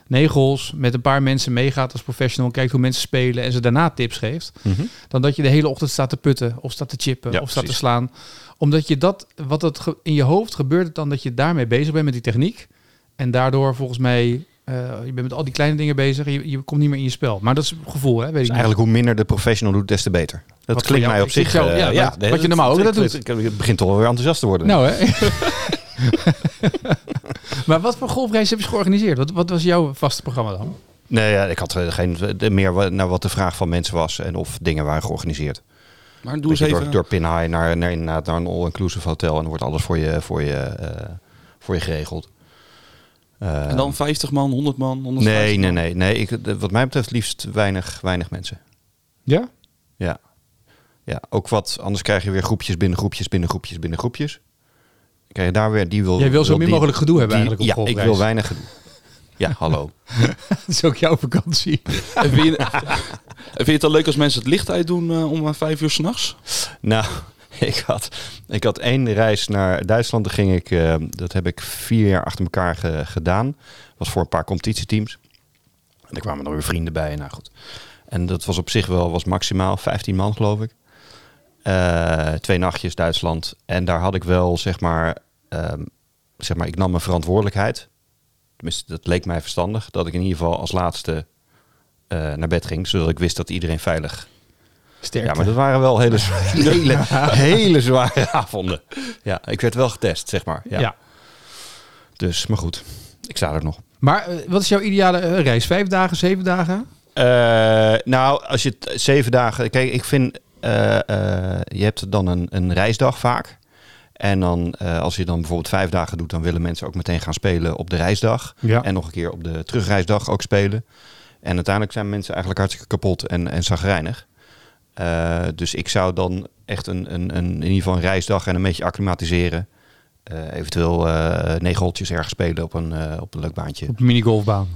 Speaker 2: negels met een paar mensen meegaat als professional, kijkt hoe mensen spelen en ze daarna tips geeft.
Speaker 1: Mhm.
Speaker 2: Dan dat je de hele ochtend staat te putten of staat te chippen
Speaker 1: Ja,
Speaker 2: of staat te
Speaker 1: precies.
Speaker 2: slaan. Omdat je dat, wat dat ge- in je hoofd gebeurt, het dan dat je daarmee bezig bent met die techniek. En daardoor volgens mij, eh, je bent met al die kleine dingen bezig en je, je komt niet meer in je spel. Maar dat is gevoel, hè? Weet
Speaker 1: Dus
Speaker 2: ik niet.
Speaker 1: eigenlijk hoe minder de professional doet, des te beter. Dat
Speaker 2: Wat voor
Speaker 1: klinkt
Speaker 2: jou-
Speaker 1: mij op
Speaker 2: ik zie
Speaker 1: zich...
Speaker 2: jou-
Speaker 1: eh,
Speaker 2: ja, wat-
Speaker 1: nee,
Speaker 2: wat je normaal ook
Speaker 1: het-
Speaker 2: dat
Speaker 1: het-
Speaker 2: doet.
Speaker 1: het- Het begint toch wel weer enthousiast te worden.
Speaker 2: Nou, hè? maar wat voor golfreis heb je georganiseerd? Wat, wat was jouw vaste programma dan?
Speaker 1: Nee, ja, ik had eh, geen, de- meer wa- naar wat de vraag van mensen was en of dingen waren georganiseerd.
Speaker 3: Maar doe eens
Speaker 1: Weet je, door,
Speaker 3: even...
Speaker 1: door Pinhai naar, naar, inderdaad naar een all-inclusive hotel en dan wordt alles voor je, voor je, eh, voor je geregeld. Eh,
Speaker 3: En dan 50 man, 100 man, 150
Speaker 1: Nee, nee,
Speaker 3: man.
Speaker 1: nee. nee. Ik, de- wat mij betreft liefst weinig, weinig mensen.
Speaker 2: Ja?
Speaker 1: Ja. ja, ook wat. Anders krijg je weer groepjes binnen groepjes binnen groepjes binnen groepjes. Dan krijg je daar weer die wil.
Speaker 2: Jij wil zo min
Speaker 1: die-
Speaker 2: mogelijk gedoe hebben
Speaker 1: die-
Speaker 2: eigenlijk op
Speaker 1: Ja, ik
Speaker 2: golfreis.
Speaker 1: wil weinig gedoe. Ja, hallo.
Speaker 2: Dat is ook jouw vakantie.
Speaker 3: En vind, je, en vind je het dan leuk als mensen het licht uitdoen eh, om eh, vijf uur s'nachts?
Speaker 1: Nou, ik had, ik had één reis naar Duitsland. Daar ging ik, eh, dat heb ik vier jaar achter elkaar ge- gedaan. was voor een paar competitieteams. En daar kwamen dan weer vrienden bij. Nou goed. En dat was op zich wel was maximaal 15 man, geloof ik. Eh, twee nachtjes Duitsland. En daar had ik wel, zeg maar, ehm, zeg maar, ik nam mijn verantwoordelijkheid. Tenminste, dat leek mij verstandig. Dat ik in ieder geval als laatste eh, naar bed ging. Zodat ik wist dat iedereen veilig
Speaker 2: Sterk.
Speaker 1: ja, maar dat waren wel hele, zwa- hele, hele zware avonden. Ja, ik werd wel getest, zeg maar. Ja. Dus, maar goed, ik sta er nog.
Speaker 2: Maar eh, wat is jouw ideale eh, reis? Vijf dagen, zeven dagen?
Speaker 1: Eh, nou, als je het zeven dagen... Kijk, ik vind... eh, eh, je hebt dan een, een reisdag vaak. En dan, eh, als je dan bijvoorbeeld vijf dagen doet... dan willen mensen ook meteen gaan spelen op de reisdag.
Speaker 2: Ja.
Speaker 1: En nog een keer op de terugreisdag ook spelen. En uiteindelijk zijn mensen eigenlijk hartstikke kapot en, en zagrijnig. Eh, dus ik zou dan echt een, een, een, in ieder geval een reisdag en een beetje acclimatiseren. Eh, eventueel eh negen holtjes ergens spelen op een, eh, op een leuk baantje.
Speaker 2: Op een minigolfbaan.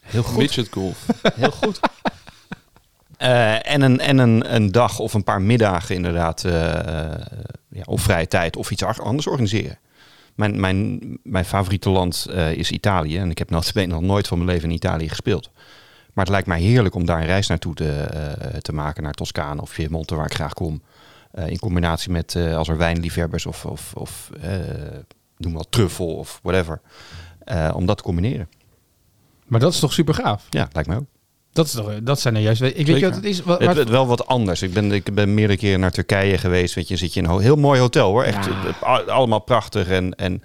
Speaker 1: Heel goed.
Speaker 3: Midget golf.
Speaker 1: Heel goed. Eh, en een, en een, een dag of een paar middagen inderdaad, eh, eh, ja, of vrije tijd of iets ar- anders organiseren. Mijn, mijn, mijn favoriete land eh, is Italië en ik heb notabene nog nooit van mijn leven in Italië gespeeld. Maar het lijkt mij heerlijk om daar een reis naartoe te, eh, te maken, naar Toscane of Piemonte waar ik graag kom. Eh, in combinatie met eh, als er wijnliefhebbers of, of, of eh, noem wel truffel of whatever. Eh, om dat te combineren.
Speaker 2: Maar dat is toch super gaaf?
Speaker 1: Ja, lijkt mij ook.
Speaker 2: Dat, is toch, eh, dat zijn er juist... Ik weet je wat het is? Wat,
Speaker 1: Het, het wel wat anders. Ik ben, ik ben meerdere keren naar Turkije geweest. Weet je, zit je in een ho- heel mooi hotel hoor. Echt
Speaker 2: Ja.
Speaker 1: eh, a- allemaal prachtig. En, en,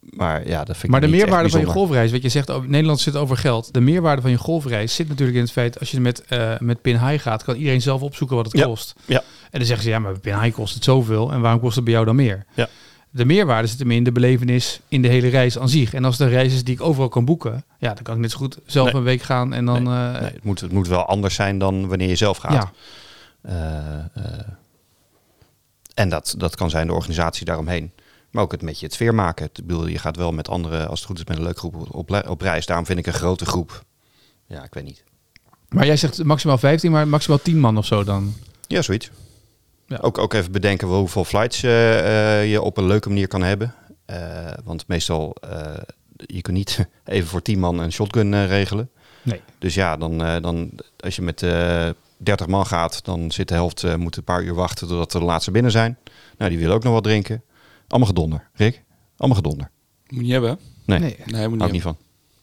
Speaker 1: maar ja, dat vind ik
Speaker 2: maar de
Speaker 1: niet echt
Speaker 2: meerwaarde van je
Speaker 1: bijzonder.
Speaker 2: golfreis, weet je, je zegt over- Nederland zit over geld. De meerwaarde van je golfreis zit natuurlijk in het feit als je met, eh met Pinhai gaat, kan iedereen zelf opzoeken wat het
Speaker 1: Ja,
Speaker 2: kost.
Speaker 1: ja.
Speaker 2: En dan zeggen ze ja, maar bij Pinhai kost het zoveel en waarom kost het bij jou dan meer?
Speaker 1: Ja.
Speaker 2: De meerwaarde zit hem in de belevenis in de hele reis aan zich. En als de reis is die ik overal kan boeken, ja, dan kan ik net zo goed zelf
Speaker 1: Nee.
Speaker 2: een week gaan en dan. eh,
Speaker 1: Nee, het, moet, het moet wel anders zijn dan wanneer je zelf gaat.
Speaker 2: ja.
Speaker 1: Eh, eh, en dat, dat kan zijn de organisatie daaromheen. Maar ook het met je het sfeer maken. Ik bedoel, je gaat wel met anderen, als het goed is, met een leuke groep op, le- op reis. Daarom vind ik een grote groep. Ja, ik weet niet.
Speaker 2: Maar jij zegt maximaal 15, maar maximaal 10 man of zo dan.
Speaker 1: Ja, zoiets.
Speaker 2: Ja.
Speaker 1: Ook, ook even bedenken wel hoeveel flights eh, eh, je op een leuke manier kan hebben. Eh, want meestal, eh, je kunt niet even voor 10 man een shotgun eh, regelen.
Speaker 2: Nee.
Speaker 1: Dus ja, dan, eh, dan, als je met eh 30 man gaat, dan zit de helft eh, moet een paar uur wachten totdat de laatste binnen zijn. Nou, die willen ook nog wat drinken. Allemaal gedonder, Rick. Allemaal gedonder.
Speaker 3: Moet je niet hebben. hè?
Speaker 1: Nee,
Speaker 2: Nee.
Speaker 3: Nee, moet
Speaker 1: hou ik
Speaker 3: niet.
Speaker 1: niet van.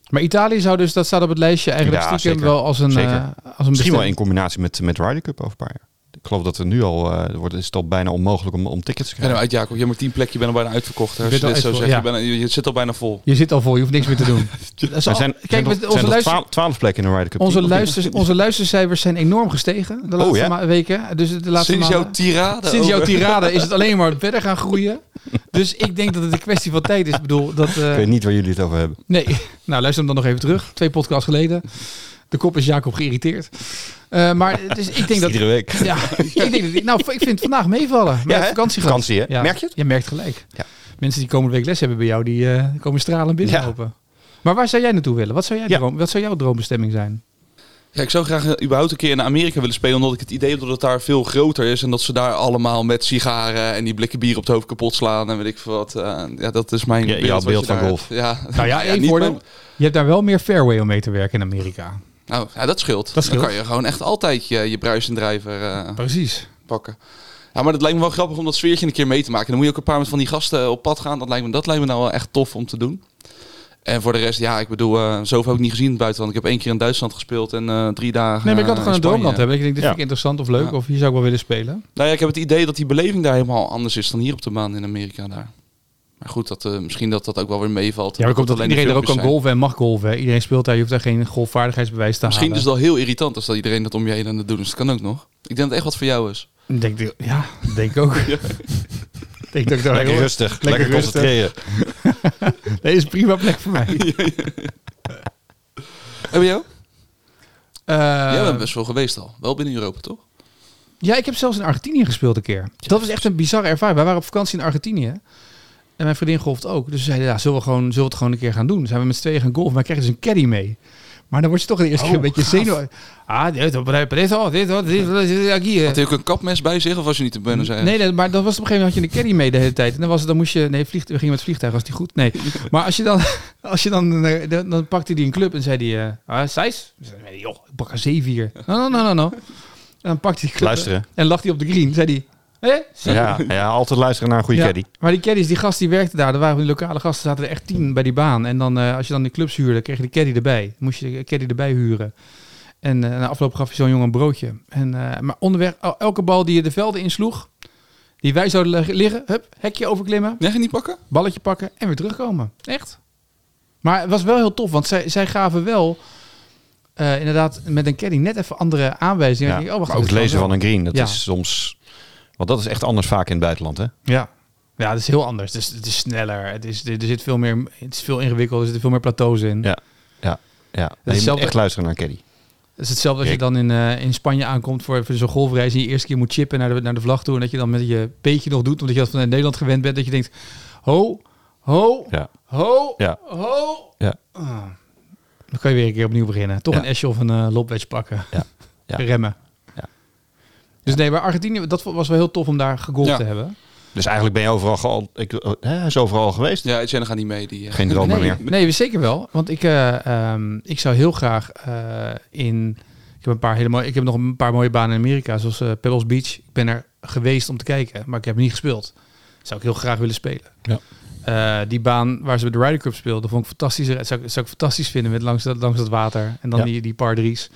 Speaker 2: Maar Italië zou dus, dat staat op het lijstje eigenlijk
Speaker 1: Ja,
Speaker 2: stiekem
Speaker 1: zeker.
Speaker 2: wel als een.
Speaker 1: Zeker.
Speaker 2: eh, als een
Speaker 1: Misschien wel in
Speaker 2: bestemming.
Speaker 1: combinatie met, met Ryder Cup over een paar jaar. Ik geloof dat er nu al, eh, wordt, is het al bijna onmogelijk om, om tickets te
Speaker 3: Ga
Speaker 1: krijgen.
Speaker 3: nou uit, Jacob. Je hebt maar tien plekje, je bent al bijna uitverkocht. hè.
Speaker 2: Je
Speaker 3: Als je
Speaker 2: bent
Speaker 3: dit
Speaker 2: al
Speaker 3: zo zegt,
Speaker 2: uitverkocht,
Speaker 3: je, bent, je je zit al bijna vol.
Speaker 2: Je zit al vol, je hoeft niks meer te doen. Dat is
Speaker 1: Er
Speaker 2: al-
Speaker 1: zijn,
Speaker 2: kijk,
Speaker 1: zijn,
Speaker 2: met
Speaker 1: nog-
Speaker 2: onze
Speaker 1: zijn nog
Speaker 2: luister-
Speaker 1: twa- twaalf plekken in de Ryder Cup.
Speaker 2: Onze,
Speaker 1: team, of niet?
Speaker 2: luisters, onze luistercijfers zijn enorm gestegen de
Speaker 1: Oh,
Speaker 2: laatste
Speaker 1: ja?
Speaker 2: ma- weken. Dus de laatste
Speaker 3: Sinds
Speaker 2: maanden-
Speaker 3: jouw tirade
Speaker 2: Sinds jouw
Speaker 3: over-
Speaker 2: tirade is het alleen maar verder gaan groeien. Dus ik denk dat het een kwestie van tijd is. Ik bedoel, dat... eh,
Speaker 1: Ik weet niet waar jullie het over hebben.
Speaker 2: nee, nou luister hem dan nog even terug. Twee podcasts geleden. De kop is Jacob geïrriteerd. Eh, maar dus ik denk dat...
Speaker 1: Iedere week.
Speaker 2: Ja, ik denk dat... Nou, ik vind het vandaag meevallen.
Speaker 1: Ja,
Speaker 2: Met
Speaker 1: hè?
Speaker 2: vakantie gehad.
Speaker 1: Vakantie, hè?
Speaker 2: Ja.
Speaker 1: Merk je het?
Speaker 2: Je merkt gelijk.
Speaker 1: Ja.
Speaker 2: Mensen die komende week les hebben bij jou, die eh, komen stralen binnenlopen. Maar waar zou jij naartoe willen? Wat zou, jij
Speaker 1: Ja.
Speaker 2: droom, wat zou jouw droombestemming zijn?
Speaker 3: Ja, ik zou graag eh, überhaupt een keer in Amerika willen spelen, omdat ik het idee heb dat het daar veel groter is en dat ze daar allemaal met sigaren en die blikken bier op het hoofd kapot slaan en weet ik veel wat. Eh, ja, dat is
Speaker 1: Ja,
Speaker 3: mijn beeld.
Speaker 1: jouw
Speaker 3: wat je
Speaker 1: beeld van
Speaker 3: daar
Speaker 1: golf.
Speaker 3: hebt. Ja.
Speaker 2: Nou ja, één
Speaker 3: niet
Speaker 2: voordeel.
Speaker 3: mijn-
Speaker 2: Je hebt daar wel meer fairway om mee te werken in Amerika.
Speaker 3: Nou, ja, dat scheelt.
Speaker 2: Dat scheelt.
Speaker 3: Dan kan je gewoon echt altijd je, je bruisendrijver eh,
Speaker 2: Precies.
Speaker 3: pakken. Ja, maar dat lijkt me wel grappig om dat sfeertje een keer mee te maken. Dan moet je ook een paar met van die gasten eh, op pad gaan. Dat lijkt me, dat lijkt me nou wel echt tof om te doen. En voor de rest, ja, ik bedoel, eh zoveel heb ik niet gezien in het buitenland. Ik heb één keer in Duitsland gespeeld en eh, drie dagen
Speaker 2: Nee, maar ik
Speaker 3: eh,
Speaker 2: had gewoon
Speaker 3: in
Speaker 2: een
Speaker 3: Spanje.
Speaker 2: droomland hebben. Ik denk, dit
Speaker 1: Ja.
Speaker 2: vind ik interessant of leuk.
Speaker 3: Ja.
Speaker 2: Of hier zou ik wel willen spelen.
Speaker 3: Nou ja, ik heb het idee dat die beleving daar helemaal anders is dan hier op de baan in Amerika daar. Maar goed, dat, eh, misschien dat dat ook wel weer meevalt.
Speaker 2: Ja, maar komt dat
Speaker 3: alleen die
Speaker 2: iedereen er ook kan
Speaker 3: filmpjes
Speaker 2: golven en mag golven. hè. Iedereen speelt daar. Je hoeft daar geen golfvaardigheidsbewijs te
Speaker 3: zijn. Misschien is
Speaker 2: halen.
Speaker 3: het wel heel irritant als dat iedereen dat om je heen aan het doen is. Dat kan ook nog. Ik denk dat het echt wat voor jou is.
Speaker 2: Ik Denk, die- ja, ik denk ook. Ik denk dat ik daar
Speaker 1: Lekker
Speaker 2: heel-
Speaker 1: rustig. Lekker,
Speaker 2: rustig.
Speaker 1: concentreren.
Speaker 2: Nee, is een prima plek voor mij.
Speaker 3: Heb je jou? Jij
Speaker 2: Eh,
Speaker 3: bent best wel geweest al. Wel binnen Europa, toch?
Speaker 2: Ja, ik heb zelfs in Argentinië gespeeld een keer. Dat was echt een bizarre ervaring. Wij waren op vakantie in Argentinië. En mijn vriendin golft ook. Dus ze zeiden, ja, zullen we, gewoon, zullen we het gewoon een keer gaan doen? Zijn we met z'n tweeën gaan golfen? Maar ik kreeg dus een caddy mee. Maar dan word je toch de eerste keer een beetje zenuwachtig. Ah, dit, dit, dit, dit, dit, dit, dit, dit, aquí, eh.
Speaker 3: Had hij ook een kapmes bij zich of was je niet te binnen zijn?
Speaker 2: Nee, nee, maar dat was op een gegeven moment had je een caddy mee de hele tijd. En dan was het, dan moest je. Nee, vlieg, we gingen met vliegtuig als die goed. Nee. Maar als je dan, als je dan, eh, dan, dan pakte hij een club en zei hij, eh ah, Sijs? Ik zei, nee, joh, ik pak een zeven hier. No, no, no, no, no. En dan pakte hij de club
Speaker 1: Luisteren.
Speaker 2: en lag hij op de green. Zei hij, hé?
Speaker 1: Ja, ja, altijd luisteren naar een goede
Speaker 2: Ja,
Speaker 1: caddy.
Speaker 2: Maar die caddies, die gast die werkte daar, er waren die lokale gasten, zaten er echt tien bij die baan. En dan, eh, als je dan die clubs huurde, kreeg je de caddy erbij. Moest je de caddy erbij huren. En eh, na afloop gaf je zo'n jongen een broodje. En, eh, maar onderweg, el- elke bal die je de velden insloeg, die wij zouden leg- liggen, hup, hekje overklimmen,
Speaker 3: Nee, ga je niet pakken?
Speaker 2: balletje pakken en weer terugkomen. Echt. Maar het was wel heel tof, want zij, zij gaven wel, eh, inderdaad, met een caddy net even andere aanwijzingen.
Speaker 1: Ja.
Speaker 2: Ik denk, oh, wacht,
Speaker 1: maar ook
Speaker 2: dit
Speaker 1: het
Speaker 2: kan
Speaker 1: lezen
Speaker 2: wel.
Speaker 1: van een green, dat
Speaker 2: Ja.
Speaker 1: is soms... Want dat is echt anders vaak in het buitenland, hè?
Speaker 2: Ja. Ja, dat is heel anders. Dus Het is, het is sneller. Het is, er zit veel meer, het is veel ingewikkelder. Er zitten veel meer plateaus in.
Speaker 1: Ja. Ja, ja. Nee, je moet
Speaker 2: hetzelfde-
Speaker 1: echt luisteren naar een caddy.
Speaker 2: Het is hetzelfde als je
Speaker 1: Ik-
Speaker 2: dan in, eh, in Spanje aankomt voor, voor zo'n golfreis. En je eerste keer moet chippen naar de, naar de vlag toe. En dat je dan met je peetje nog doet. Omdat je dat vanuit Nederland gewend bent. Dat je denkt, ho, ho,
Speaker 1: Ja.
Speaker 2: ho,
Speaker 1: Ja.
Speaker 2: ho.
Speaker 1: Ja.
Speaker 2: Ah. Dan kan je weer een keer opnieuw beginnen. Toch
Speaker 1: Ja.
Speaker 2: een esje of een eh lopwedge pakken.
Speaker 1: Ja. Ja.
Speaker 2: Remmen.
Speaker 1: Ja.
Speaker 2: Dus nee, maar Argentinië, dat was wel heel tof om daar gegolfd
Speaker 3: Ja.
Speaker 2: te hebben.
Speaker 1: Dus eigenlijk ben je overal... Geal, ik, eh, hè, hij is overal geweest.
Speaker 3: Ja, Etienne gaat niet mee. Die, eh.
Speaker 1: Geen dromer
Speaker 2: nee,
Speaker 1: meer.
Speaker 2: Nee, zeker wel. Want ik, eh, ehm, ik zou heel graag eh, in... Ik heb, een paar hele mooie, ik heb nog een paar mooie banen in Amerika, zoals eh, Pebbles Beach. Ik ben er geweest om te kijken, maar ik heb niet gespeeld. Zou ik heel graag willen spelen.
Speaker 4: Ja.
Speaker 2: Eh, die baan waar ze met de Ryder Cup speelden, vond ik fantastisch. Dat zou, ik- zou ik fantastisch vinden met langs dat, langs dat water en dan
Speaker 4: Ja.
Speaker 2: die, die par drie's.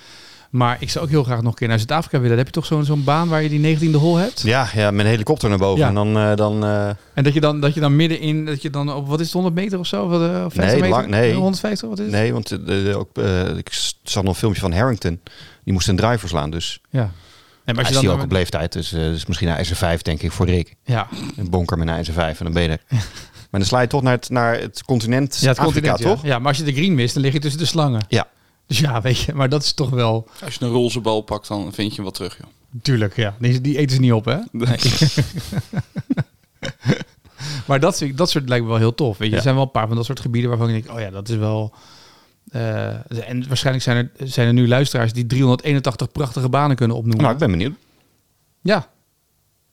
Speaker 2: Maar ik zou ook heel graag nog een keer naar Zuid-Afrika willen. Dan heb je toch zo'n zo'n baan waar je die 19e hole hebt?
Speaker 1: Ja, ja, met een helikopter naar boven.
Speaker 2: Ja.
Speaker 1: En dan... eh, dan eh,
Speaker 2: En dat je dan, dat je dan middenin, dat je dan op, wat is het, 100 meter of zo? Of, eh, 50
Speaker 1: Nee,
Speaker 2: meter?
Speaker 1: lang- nee.
Speaker 2: 150, wat is het?
Speaker 1: nee, want eh, de- de- ook, eh, ik s- zag nog een filmpje van Harrington. Die moest een driver slaan, dus...
Speaker 2: Ja. En
Speaker 1: Maar hij
Speaker 2: als je
Speaker 1: is
Speaker 2: dan
Speaker 1: hier ook op leeftijd, dus, eh, dus misschien een ijzer 5 denk ik voor Rick.
Speaker 2: ja,
Speaker 1: Een bonker met een ijzer 5 en dan ben je er. maar dan sla je toch naar het, naar het continent
Speaker 2: ja, het
Speaker 1: Afrika,
Speaker 2: continent, ja.
Speaker 1: toch?
Speaker 2: Ja. maar als je de green mist, dan lig je tussen de slangen.
Speaker 1: Ja.
Speaker 2: Dus ja, weet je, maar dat is toch wel,
Speaker 3: Als je een roze bal pakt, dan vind je hem wat terug, joh.
Speaker 2: tuurlijk, ja. Die, die eten ze niet op, hè? Maar dat, vind ik- dat soort lijkt me wel heel tof. Weet je.
Speaker 1: Ja.
Speaker 2: Er zijn wel een paar van dat soort gebieden waarvan ik denk, oh ja, dat is wel... eh, en waarschijnlijk zijn er, zijn er nu luisteraars die 381 prachtige banen kunnen opnoemen.
Speaker 1: Nou, ik ben benieuwd.
Speaker 2: Ja.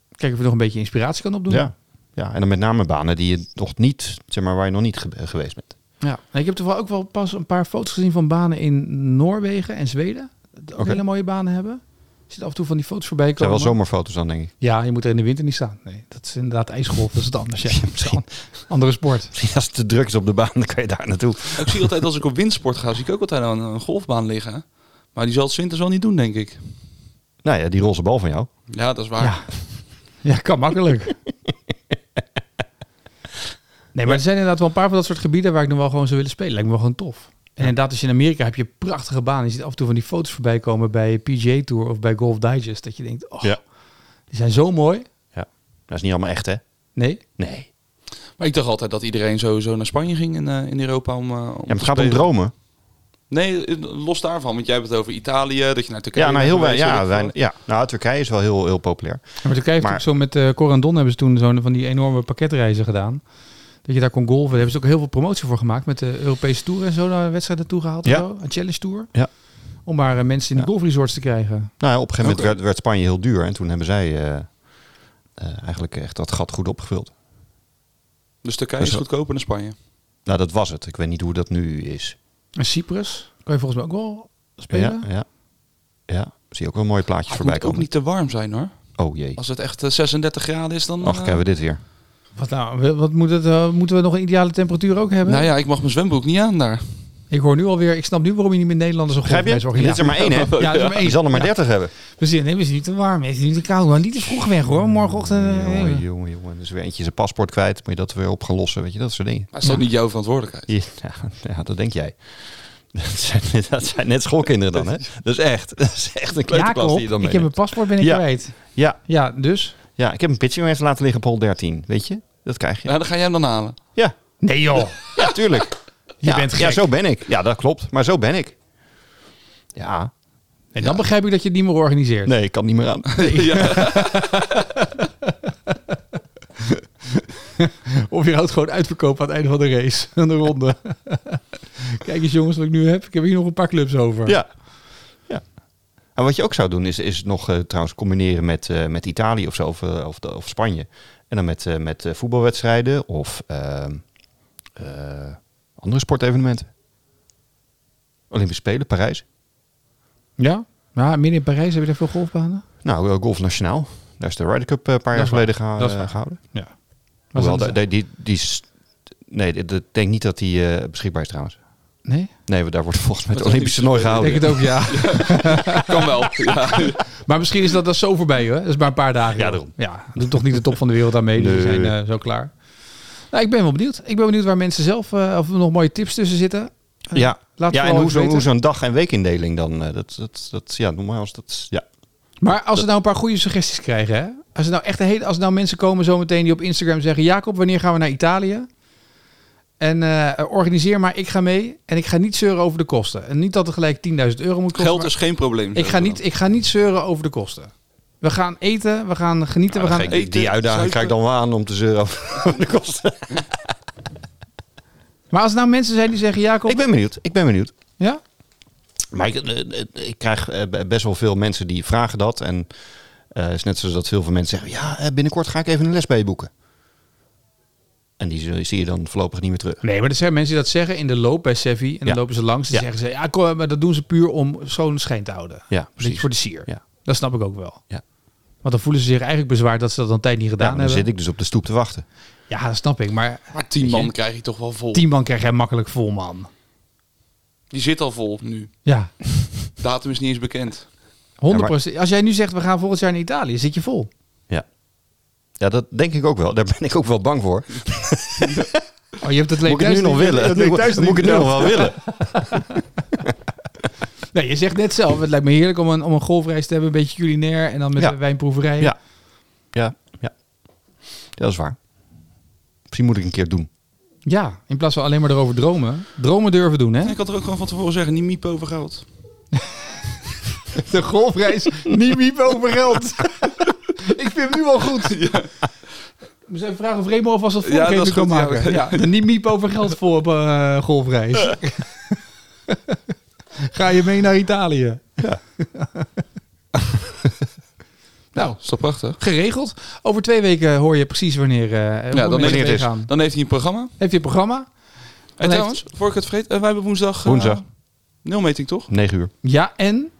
Speaker 2: Kijken of je nog een beetje inspiratie kan opdoen.
Speaker 1: Ja. ja, en dan met name banen die je nog niet, zeg maar, waar je nog niet ge- geweest bent.
Speaker 2: Ja, en Nou, ik heb toevallig ook wel pas een paar foto's gezien van banen in Noorwegen en Zweden. Die ook
Speaker 1: Oké.
Speaker 2: hele mooie banen hebben. Er zitten af en toe van die foto's voorbij
Speaker 1: Het zijn
Speaker 2: komen.
Speaker 1: wel zomerfoto's dan, denk ik.
Speaker 2: Ja, je moet er in de winter niet staan. Nee, dat is inderdaad ijsgolf. Dat is het anders. Ja.
Speaker 1: misschien.
Speaker 2: Andere sport.
Speaker 1: Misschien als het te druk is op de baan, dan kan je daar naartoe.
Speaker 3: Ik zie altijd als ik op windsport ga, zie ik ook altijd een, een golfbaan liggen. Maar die zal het 's winters wel niet doen, denk ik.
Speaker 1: Nou ja, die roze bal van jou.
Speaker 3: Ja, dat is waar.
Speaker 2: Ja. ja, kan makkelijk. Nee, maar er zijn inderdaad wel een paar van dat soort gebieden waar ik nog wel gewoon zou willen spelen. Lijkt me wel gewoon tof. En inderdaad, als je in Amerika heb je prachtige banen. Je ziet af en toe van die foto's voorbij komen bij PGA Tour of bij Golf Digest. Dat je denkt, oh,
Speaker 1: Ja.
Speaker 2: die zijn zo mooi.
Speaker 1: Dat is niet allemaal echt, hè?
Speaker 2: Nee,
Speaker 1: Nee.
Speaker 3: Maar ik dacht altijd dat iedereen sowieso naar Spanje ging in, eh, in Europa om, eh, om
Speaker 1: Ja, maar
Speaker 3: te
Speaker 1: het gaat om
Speaker 3: spelen.
Speaker 1: dromen.
Speaker 3: Nee, eh, los daarvan. Want jij hebt het over Italië, dat je naar Turkije
Speaker 1: Ja, nou,
Speaker 3: bent
Speaker 1: heel wij,
Speaker 3: geweest, weet
Speaker 1: ja,
Speaker 3: ik veel.
Speaker 1: wij- ja, nou, Turkije is wel heel, heel populair.
Speaker 2: Ja, Maar Turkije heeft
Speaker 1: Maar-
Speaker 2: ook zo met eh Corandon hebben ze toen zo'n van die enorme pakketreizen gedaan. Dat je daar kon golven. Daar hebben ze ook heel veel promotie voor gemaakt. Met de Europese Tour en zo naar wedstrijden toe gehaald. en
Speaker 1: Ja.
Speaker 2: zo, Een challenge tour.
Speaker 1: Ja.
Speaker 2: Om maar eh, mensen in de
Speaker 1: Ja.
Speaker 2: golfresorts te krijgen.
Speaker 1: Nou, ja, op een gegeven moment
Speaker 3: Oké.
Speaker 1: werd, werd Spanje heel duur. En toen hebben zij eh, eh, eigenlijk echt dat gat goed opgevuld.
Speaker 3: Dus Turkije
Speaker 1: Dus
Speaker 3: is
Speaker 1: dat-
Speaker 3: goedkoper dan Spanje.
Speaker 1: Nou, dat was het. Ik weet niet hoe dat nu is.
Speaker 2: En Cyprus kan je volgens mij ook wel spelen.
Speaker 1: Ja, ja. Ja, zie ook wel mooie
Speaker 2: Ah,
Speaker 1: plaatjes
Speaker 3: het
Speaker 1: voorbij
Speaker 3: moet ook
Speaker 1: komen.
Speaker 3: niet te warm zijn hoor.
Speaker 1: Oh jee.
Speaker 3: Als het echt eh, 36 graden is, dan...
Speaker 1: Ach,
Speaker 3: eh,
Speaker 1: kijken we dit weer.
Speaker 2: Wat nou? we- Wat moet het, eh, moeten we nog een ideale temperatuur ook hebben?
Speaker 3: Nou ja, ik mag mijn zwembroek niet aan daar.
Speaker 2: Ik hoor nu alweer. Ik snap nu waarom je niet met Nederlanders een
Speaker 1: Begrijp je?
Speaker 2: golfreis
Speaker 1: Dit is er
Speaker 2: organiseert.
Speaker 1: maar één, hè?
Speaker 2: Ja, dat is maar één.
Speaker 1: Die zal er maar
Speaker 2: Ja.
Speaker 1: 30 hebben.
Speaker 2: We zien, nee, we zien niet te warm. Het is niet te koud. Maar niet te vroeg weg hoor. Morgenochtend. eh,
Speaker 1: Jongen, jongen, jongen. Dus weer eentje zijn paspoort kwijt. Moet je dat weer op gaan lossen, weet je, dat soort dingen.
Speaker 3: Maar is dat niet jouw verantwoordelijkheid?
Speaker 1: Ja, ja, dat denk jij. Dat zijn, dat zijn net schoolkinderen dan, hè? Dat is echt, dat is echt een kleuterklas
Speaker 2: Jacob,
Speaker 1: die je dan
Speaker 2: ik heb mijn
Speaker 1: meeneemt.
Speaker 2: paspoort ben ik
Speaker 1: Ja.
Speaker 2: kwijt.
Speaker 1: Ja,
Speaker 2: Ja, dus?
Speaker 1: ja, ik heb een pitching even laten liggen op hol 13, weet je? Dat krijg je.
Speaker 3: Nou, dan ga jij hem dan halen.
Speaker 1: Ja,
Speaker 2: Nee joh.
Speaker 1: ja tuurlijk.
Speaker 2: Je
Speaker 1: ja,
Speaker 2: bent
Speaker 1: Ja,
Speaker 2: gek.
Speaker 1: zo ben ik. Ja, dat klopt. Maar zo ben ik. Ja.
Speaker 2: En dan begrijp ik dat je het niet meer organiseert.
Speaker 1: Nee, ik kan niet meer aan.
Speaker 3: ja.
Speaker 2: Of je houdt gewoon uitverkoop aan het einde van de race. Aan de ronde. Kijk eens jongens wat ik nu heb. Ik heb hier nog een paar clubs over.
Speaker 1: Ja. ja. En wat je ook zou doen is, is het nog eh, trouwens combineren met, eh, met Italië of zo, of, eh, of, de- of Spanje. En dan met, eh, met eh, voetbalwedstrijden of ehm, eh, andere sportevenementen. Olympische Spelen, Parijs.
Speaker 2: Ja? Ja, midden in Parijs heb je daar veel golfbanen?
Speaker 1: Nou, eh, Golf Nationaal. Daar is de Ryder Cup eh, een paar
Speaker 2: Dat
Speaker 1: jaar
Speaker 2: is
Speaker 1: geleden
Speaker 2: waar.
Speaker 1: geha-
Speaker 2: Dat is
Speaker 1: eh,
Speaker 2: waar.
Speaker 1: gehouden.
Speaker 2: Ja.
Speaker 1: Hoewel,
Speaker 2: dat
Speaker 1: die, die, die, is- nee, ik ik denk niet dat die eh, beschikbaar is trouwens.
Speaker 2: Nee?
Speaker 1: Nee, want daar wordt volgens mij het
Speaker 3: Met
Speaker 1: Olympische
Speaker 3: Olympische
Speaker 1: toernooi
Speaker 2: Ik
Speaker 1: gehouden.
Speaker 2: denk het ook, Oh, ja.
Speaker 3: kan wel. Ja.
Speaker 2: Maar misschien is dat, dat zo voorbij, hè? Dat is maar een paar dagen.
Speaker 1: Ja,
Speaker 2: joh.
Speaker 1: daarom.
Speaker 2: Ja, doet toch niet de top van de wereld aan mee. Dus we
Speaker 1: Nee.
Speaker 2: zijn eh, zo klaar. Nou, ik ben wel benieuwd. Ik ben benieuwd waar mensen zelf, eh, of er nog mooie tips tussen zitten.
Speaker 1: Ja,
Speaker 2: Laat
Speaker 1: ja en
Speaker 2: vooral
Speaker 1: hoe
Speaker 2: even
Speaker 1: zo'n
Speaker 2: weten.
Speaker 1: hoe zo'n dag- en weekindeling dan? eh, dat, dat, dat, ja, noem maar als dat. Ja.
Speaker 2: Maar als we nou een paar goede suggesties krijgen, hè? Als er nou echt een hele, als er nou mensen komen zometeen die op Instagram zeggen: Jacob, wanneer gaan we naar Italië? En eh, organiseer maar, ik ga mee. En ik ga niet zeuren over de kosten. En niet dat het gelijk 10.000 euro moet kosten.
Speaker 3: Geld
Speaker 2: maar
Speaker 3: is geen probleem.
Speaker 2: ik, ga niet, ik ga niet zeuren over de kosten. We gaan eten, we gaan genieten, we gaan.
Speaker 1: die, die uitdaging krijg Nou, ik dan wel aan om te zeuren over de kosten.
Speaker 2: Maar als er nou mensen zijn die zeggen: Jacob,
Speaker 1: Ik ben benieuwd, ik ben benieuwd.
Speaker 2: ja?
Speaker 1: Maar ik, eh, eh, ik krijg eh, be- best wel veel mensen die vragen dat. En eh, het is net zoals dat heel veel mensen zeggen... ja, eh, binnenkort ga ik even een les bij je boeken. En die zie- zie je dan voorlopig niet meer terug.
Speaker 2: Nee, maar er zijn mensen die dat zeggen in de loop bij Sevi. En dan
Speaker 1: Ja.
Speaker 2: lopen ze langs en
Speaker 1: Ja.
Speaker 2: zeggen ze... Ja, kom, maar dat doen ze puur om schoon schijn te houden.
Speaker 1: Ja,
Speaker 2: Precies.
Speaker 1: precies.
Speaker 2: Voor de sier.
Speaker 1: Ja.
Speaker 2: Dat snap ik ook wel.
Speaker 1: Ja.
Speaker 2: Want dan voelen ze zich eigenlijk bezwaard dat ze dat een tijd niet
Speaker 1: Ja, maar
Speaker 2: gedaan
Speaker 1: dan
Speaker 2: hebben.
Speaker 1: zit ik dus op de stoep te wachten.
Speaker 2: Ja, dat snap ik. Maar
Speaker 3: Maar tien man krijg je toch wel vol.
Speaker 2: tien man krijg jij makkelijk vol, man.
Speaker 3: Die zit al vol nu.
Speaker 2: Ja, 100%.
Speaker 3: Datum is niet eens bekend.
Speaker 2: Als jij nu zegt, we gaan volgend jaar naar Italië, zit je vol.
Speaker 1: Ja. Ja, dat denk ik ook wel. Daar ben ik ook wel bang voor.
Speaker 2: Oh, je hebt het leek
Speaker 1: Moet ik het
Speaker 2: thuis
Speaker 1: nu nog
Speaker 2: niet-
Speaker 1: willen?
Speaker 2: dat leek thuis
Speaker 1: Moet ik het nu
Speaker 2: niet
Speaker 1: nog wel willen?
Speaker 2: Nee, je zegt net zelf, het lijkt me heerlijk om een, om een golfreis te hebben, een beetje culinair en dan met
Speaker 1: Ja.
Speaker 2: de wijnproeverij.
Speaker 1: Ja. Ja, ja. Dat is waar. Misschien moet ik een keer doen.
Speaker 2: Ja, in plaats van alleen maar erover dromen. Dromen durven doen, hè?
Speaker 3: Ik had er ook gewoon van tevoren zeggen, niet miep over geld.
Speaker 2: De golfreis, niet wiepen over geld. ik vind hem nu al goed. We zijn vragen of Remo alvast dat
Speaker 3: Ja,
Speaker 2: voorgeven
Speaker 3: dat is
Speaker 2: kan
Speaker 3: goed, ja.
Speaker 2: maken. Ja, de niet miep over geld voor op eh, golfreis. Ga je mee naar Italië?
Speaker 1: Ja.
Speaker 2: nou,
Speaker 3: Is dat prachtig?
Speaker 2: geregeld. Over twee weken hoor je precies wanneer, eh
Speaker 3: Ja, dan
Speaker 2: wanneer
Speaker 3: is het
Speaker 2: we
Speaker 1: is.
Speaker 2: gaan.
Speaker 3: Dan heeft hij een programma.
Speaker 2: Heeft je een programma?
Speaker 3: En
Speaker 2: heeft-
Speaker 3: trouwens, voor ik het vergeet, eh, wij hebben woensdag... eh,
Speaker 1: Woensdag.
Speaker 3: Nulmeting toch?
Speaker 1: 9 uur.
Speaker 2: Ja, en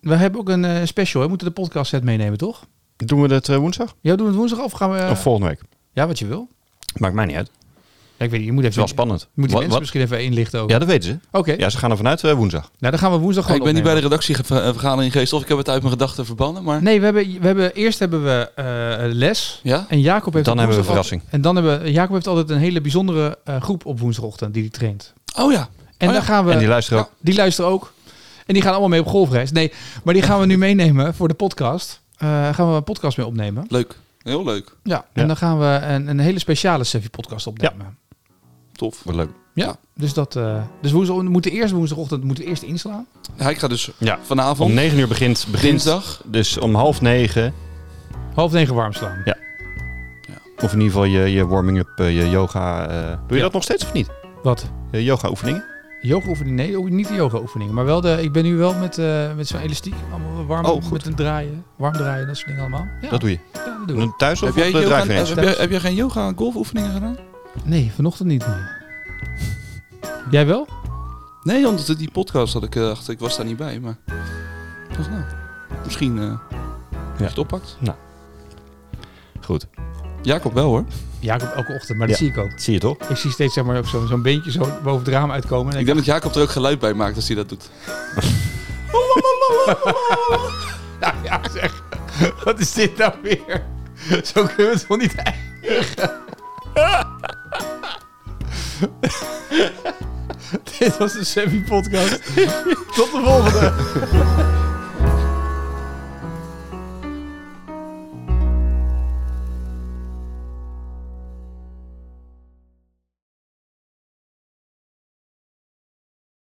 Speaker 2: we hebben ook een eh, special. We moeten de podcast set meenemen, toch?
Speaker 1: Doen we dat eh, woensdag?
Speaker 2: Ja, doen we het woensdag of gaan we...
Speaker 1: Eh, Of volgende week?
Speaker 2: ja, wat je wil.
Speaker 1: Maakt mij niet uit. Het
Speaker 2: Ja, ik weet niet, je moet
Speaker 1: is
Speaker 2: even...
Speaker 1: wel spannend.
Speaker 2: je moet die
Speaker 1: Wat-
Speaker 2: mensen
Speaker 1: wat-
Speaker 2: misschien even inlichten ook.
Speaker 1: Ja, dat weten ze.
Speaker 2: Oké,
Speaker 1: Ja, ze gaan er vanuit eh, woensdag.
Speaker 2: nou dan gaan we woensdag
Speaker 3: Ja,
Speaker 2: gewoon
Speaker 3: ik ben niet bij de
Speaker 2: opnemen.
Speaker 3: redactievergadering geweest of ik heb het uit mijn gedachten verbannen, maar...
Speaker 2: Nee, we hebben, we hebben, eerst hebben we eh, les.
Speaker 3: Ja?
Speaker 2: En Jacob heeft
Speaker 1: Dan
Speaker 2: op
Speaker 1: hebben we een
Speaker 2: woensdag al-
Speaker 1: verrassing.
Speaker 2: En dan hebben we- Jacob heeft altijd een hele bijzondere eh, groep op woensdagochtend die hij traint.
Speaker 3: Oh ja.
Speaker 2: En
Speaker 3: Oh ja.
Speaker 2: dan gaan we...
Speaker 1: En die luisteren ook.
Speaker 2: Die luisteren ook. En die gaan allemaal mee op golfreis. Nee, maar die gaan we nu meenemen voor de podcast. Eh, gaan we een podcast mee opnemen.
Speaker 3: Leuk. Heel leuk.
Speaker 2: Ja,
Speaker 1: Ja.
Speaker 2: en dan gaan we een, een hele speciale Sevi-podcast opnemen.
Speaker 3: Tof.
Speaker 1: Wordt leuk.
Speaker 2: Ja.
Speaker 3: Ja.
Speaker 2: Dus, dat, eh, dus woensdag, we moeten eerst woensdagochtend moeten we eerst inslaan.
Speaker 3: Ja, ik ga dus
Speaker 1: Ja. Om
Speaker 3: vanavond,
Speaker 1: 9 uur begint, begint
Speaker 3: dinsdag...
Speaker 1: dus om half negen.
Speaker 2: Half negen warm slaan.
Speaker 1: Of in ieder geval je, je warming-up, eh, je yoga. eh, doe je dat nog steeds of niet?
Speaker 2: Wat?
Speaker 1: Je yoga oefeningen?
Speaker 2: Yoga oefeningen? Nee, ook niet de yoga oefeningen. Maar wel de, ik ben nu wel met, eh, met zo'n elastiek. Allemaal warm,
Speaker 1: Oh, goed.
Speaker 2: met een draaien. Warm draaien, dat soort dingen allemaal. Ja,
Speaker 1: Dat doe je.
Speaker 2: ja, dat doen we.
Speaker 1: Thuis of
Speaker 3: Heb jij,
Speaker 1: op de
Speaker 3: yoga, heb,
Speaker 1: drijfvereniging?
Speaker 3: jij, heb jij geen yoga en golfoefeningen gedaan?
Speaker 2: Nee, vanochtend niet. nee. Jij wel?
Speaker 3: Nee, omdat het die podcast had ik eh, dacht, ik was daar niet bij, maar ik dacht nou, misschien eh als je het oppakt.
Speaker 1: Goed.
Speaker 3: Jacob wel hoor.
Speaker 2: Jacob elke ochtend, maar dat
Speaker 1: Ja.
Speaker 2: zie ik ook.
Speaker 1: Zie je toch?
Speaker 2: Ik zie steeds zeg maar, ook zo'n zo'n beentje zo boven het raam uitkomen. En
Speaker 3: Ik denk dat Jacob er ook geluid bij maakt als hij dat doet.
Speaker 2: Nou ja, zeg. Wat is dit nou weer? Zo kunnen we het wel niet eindigen. dit was de Semi-podcast. Tot de volgende.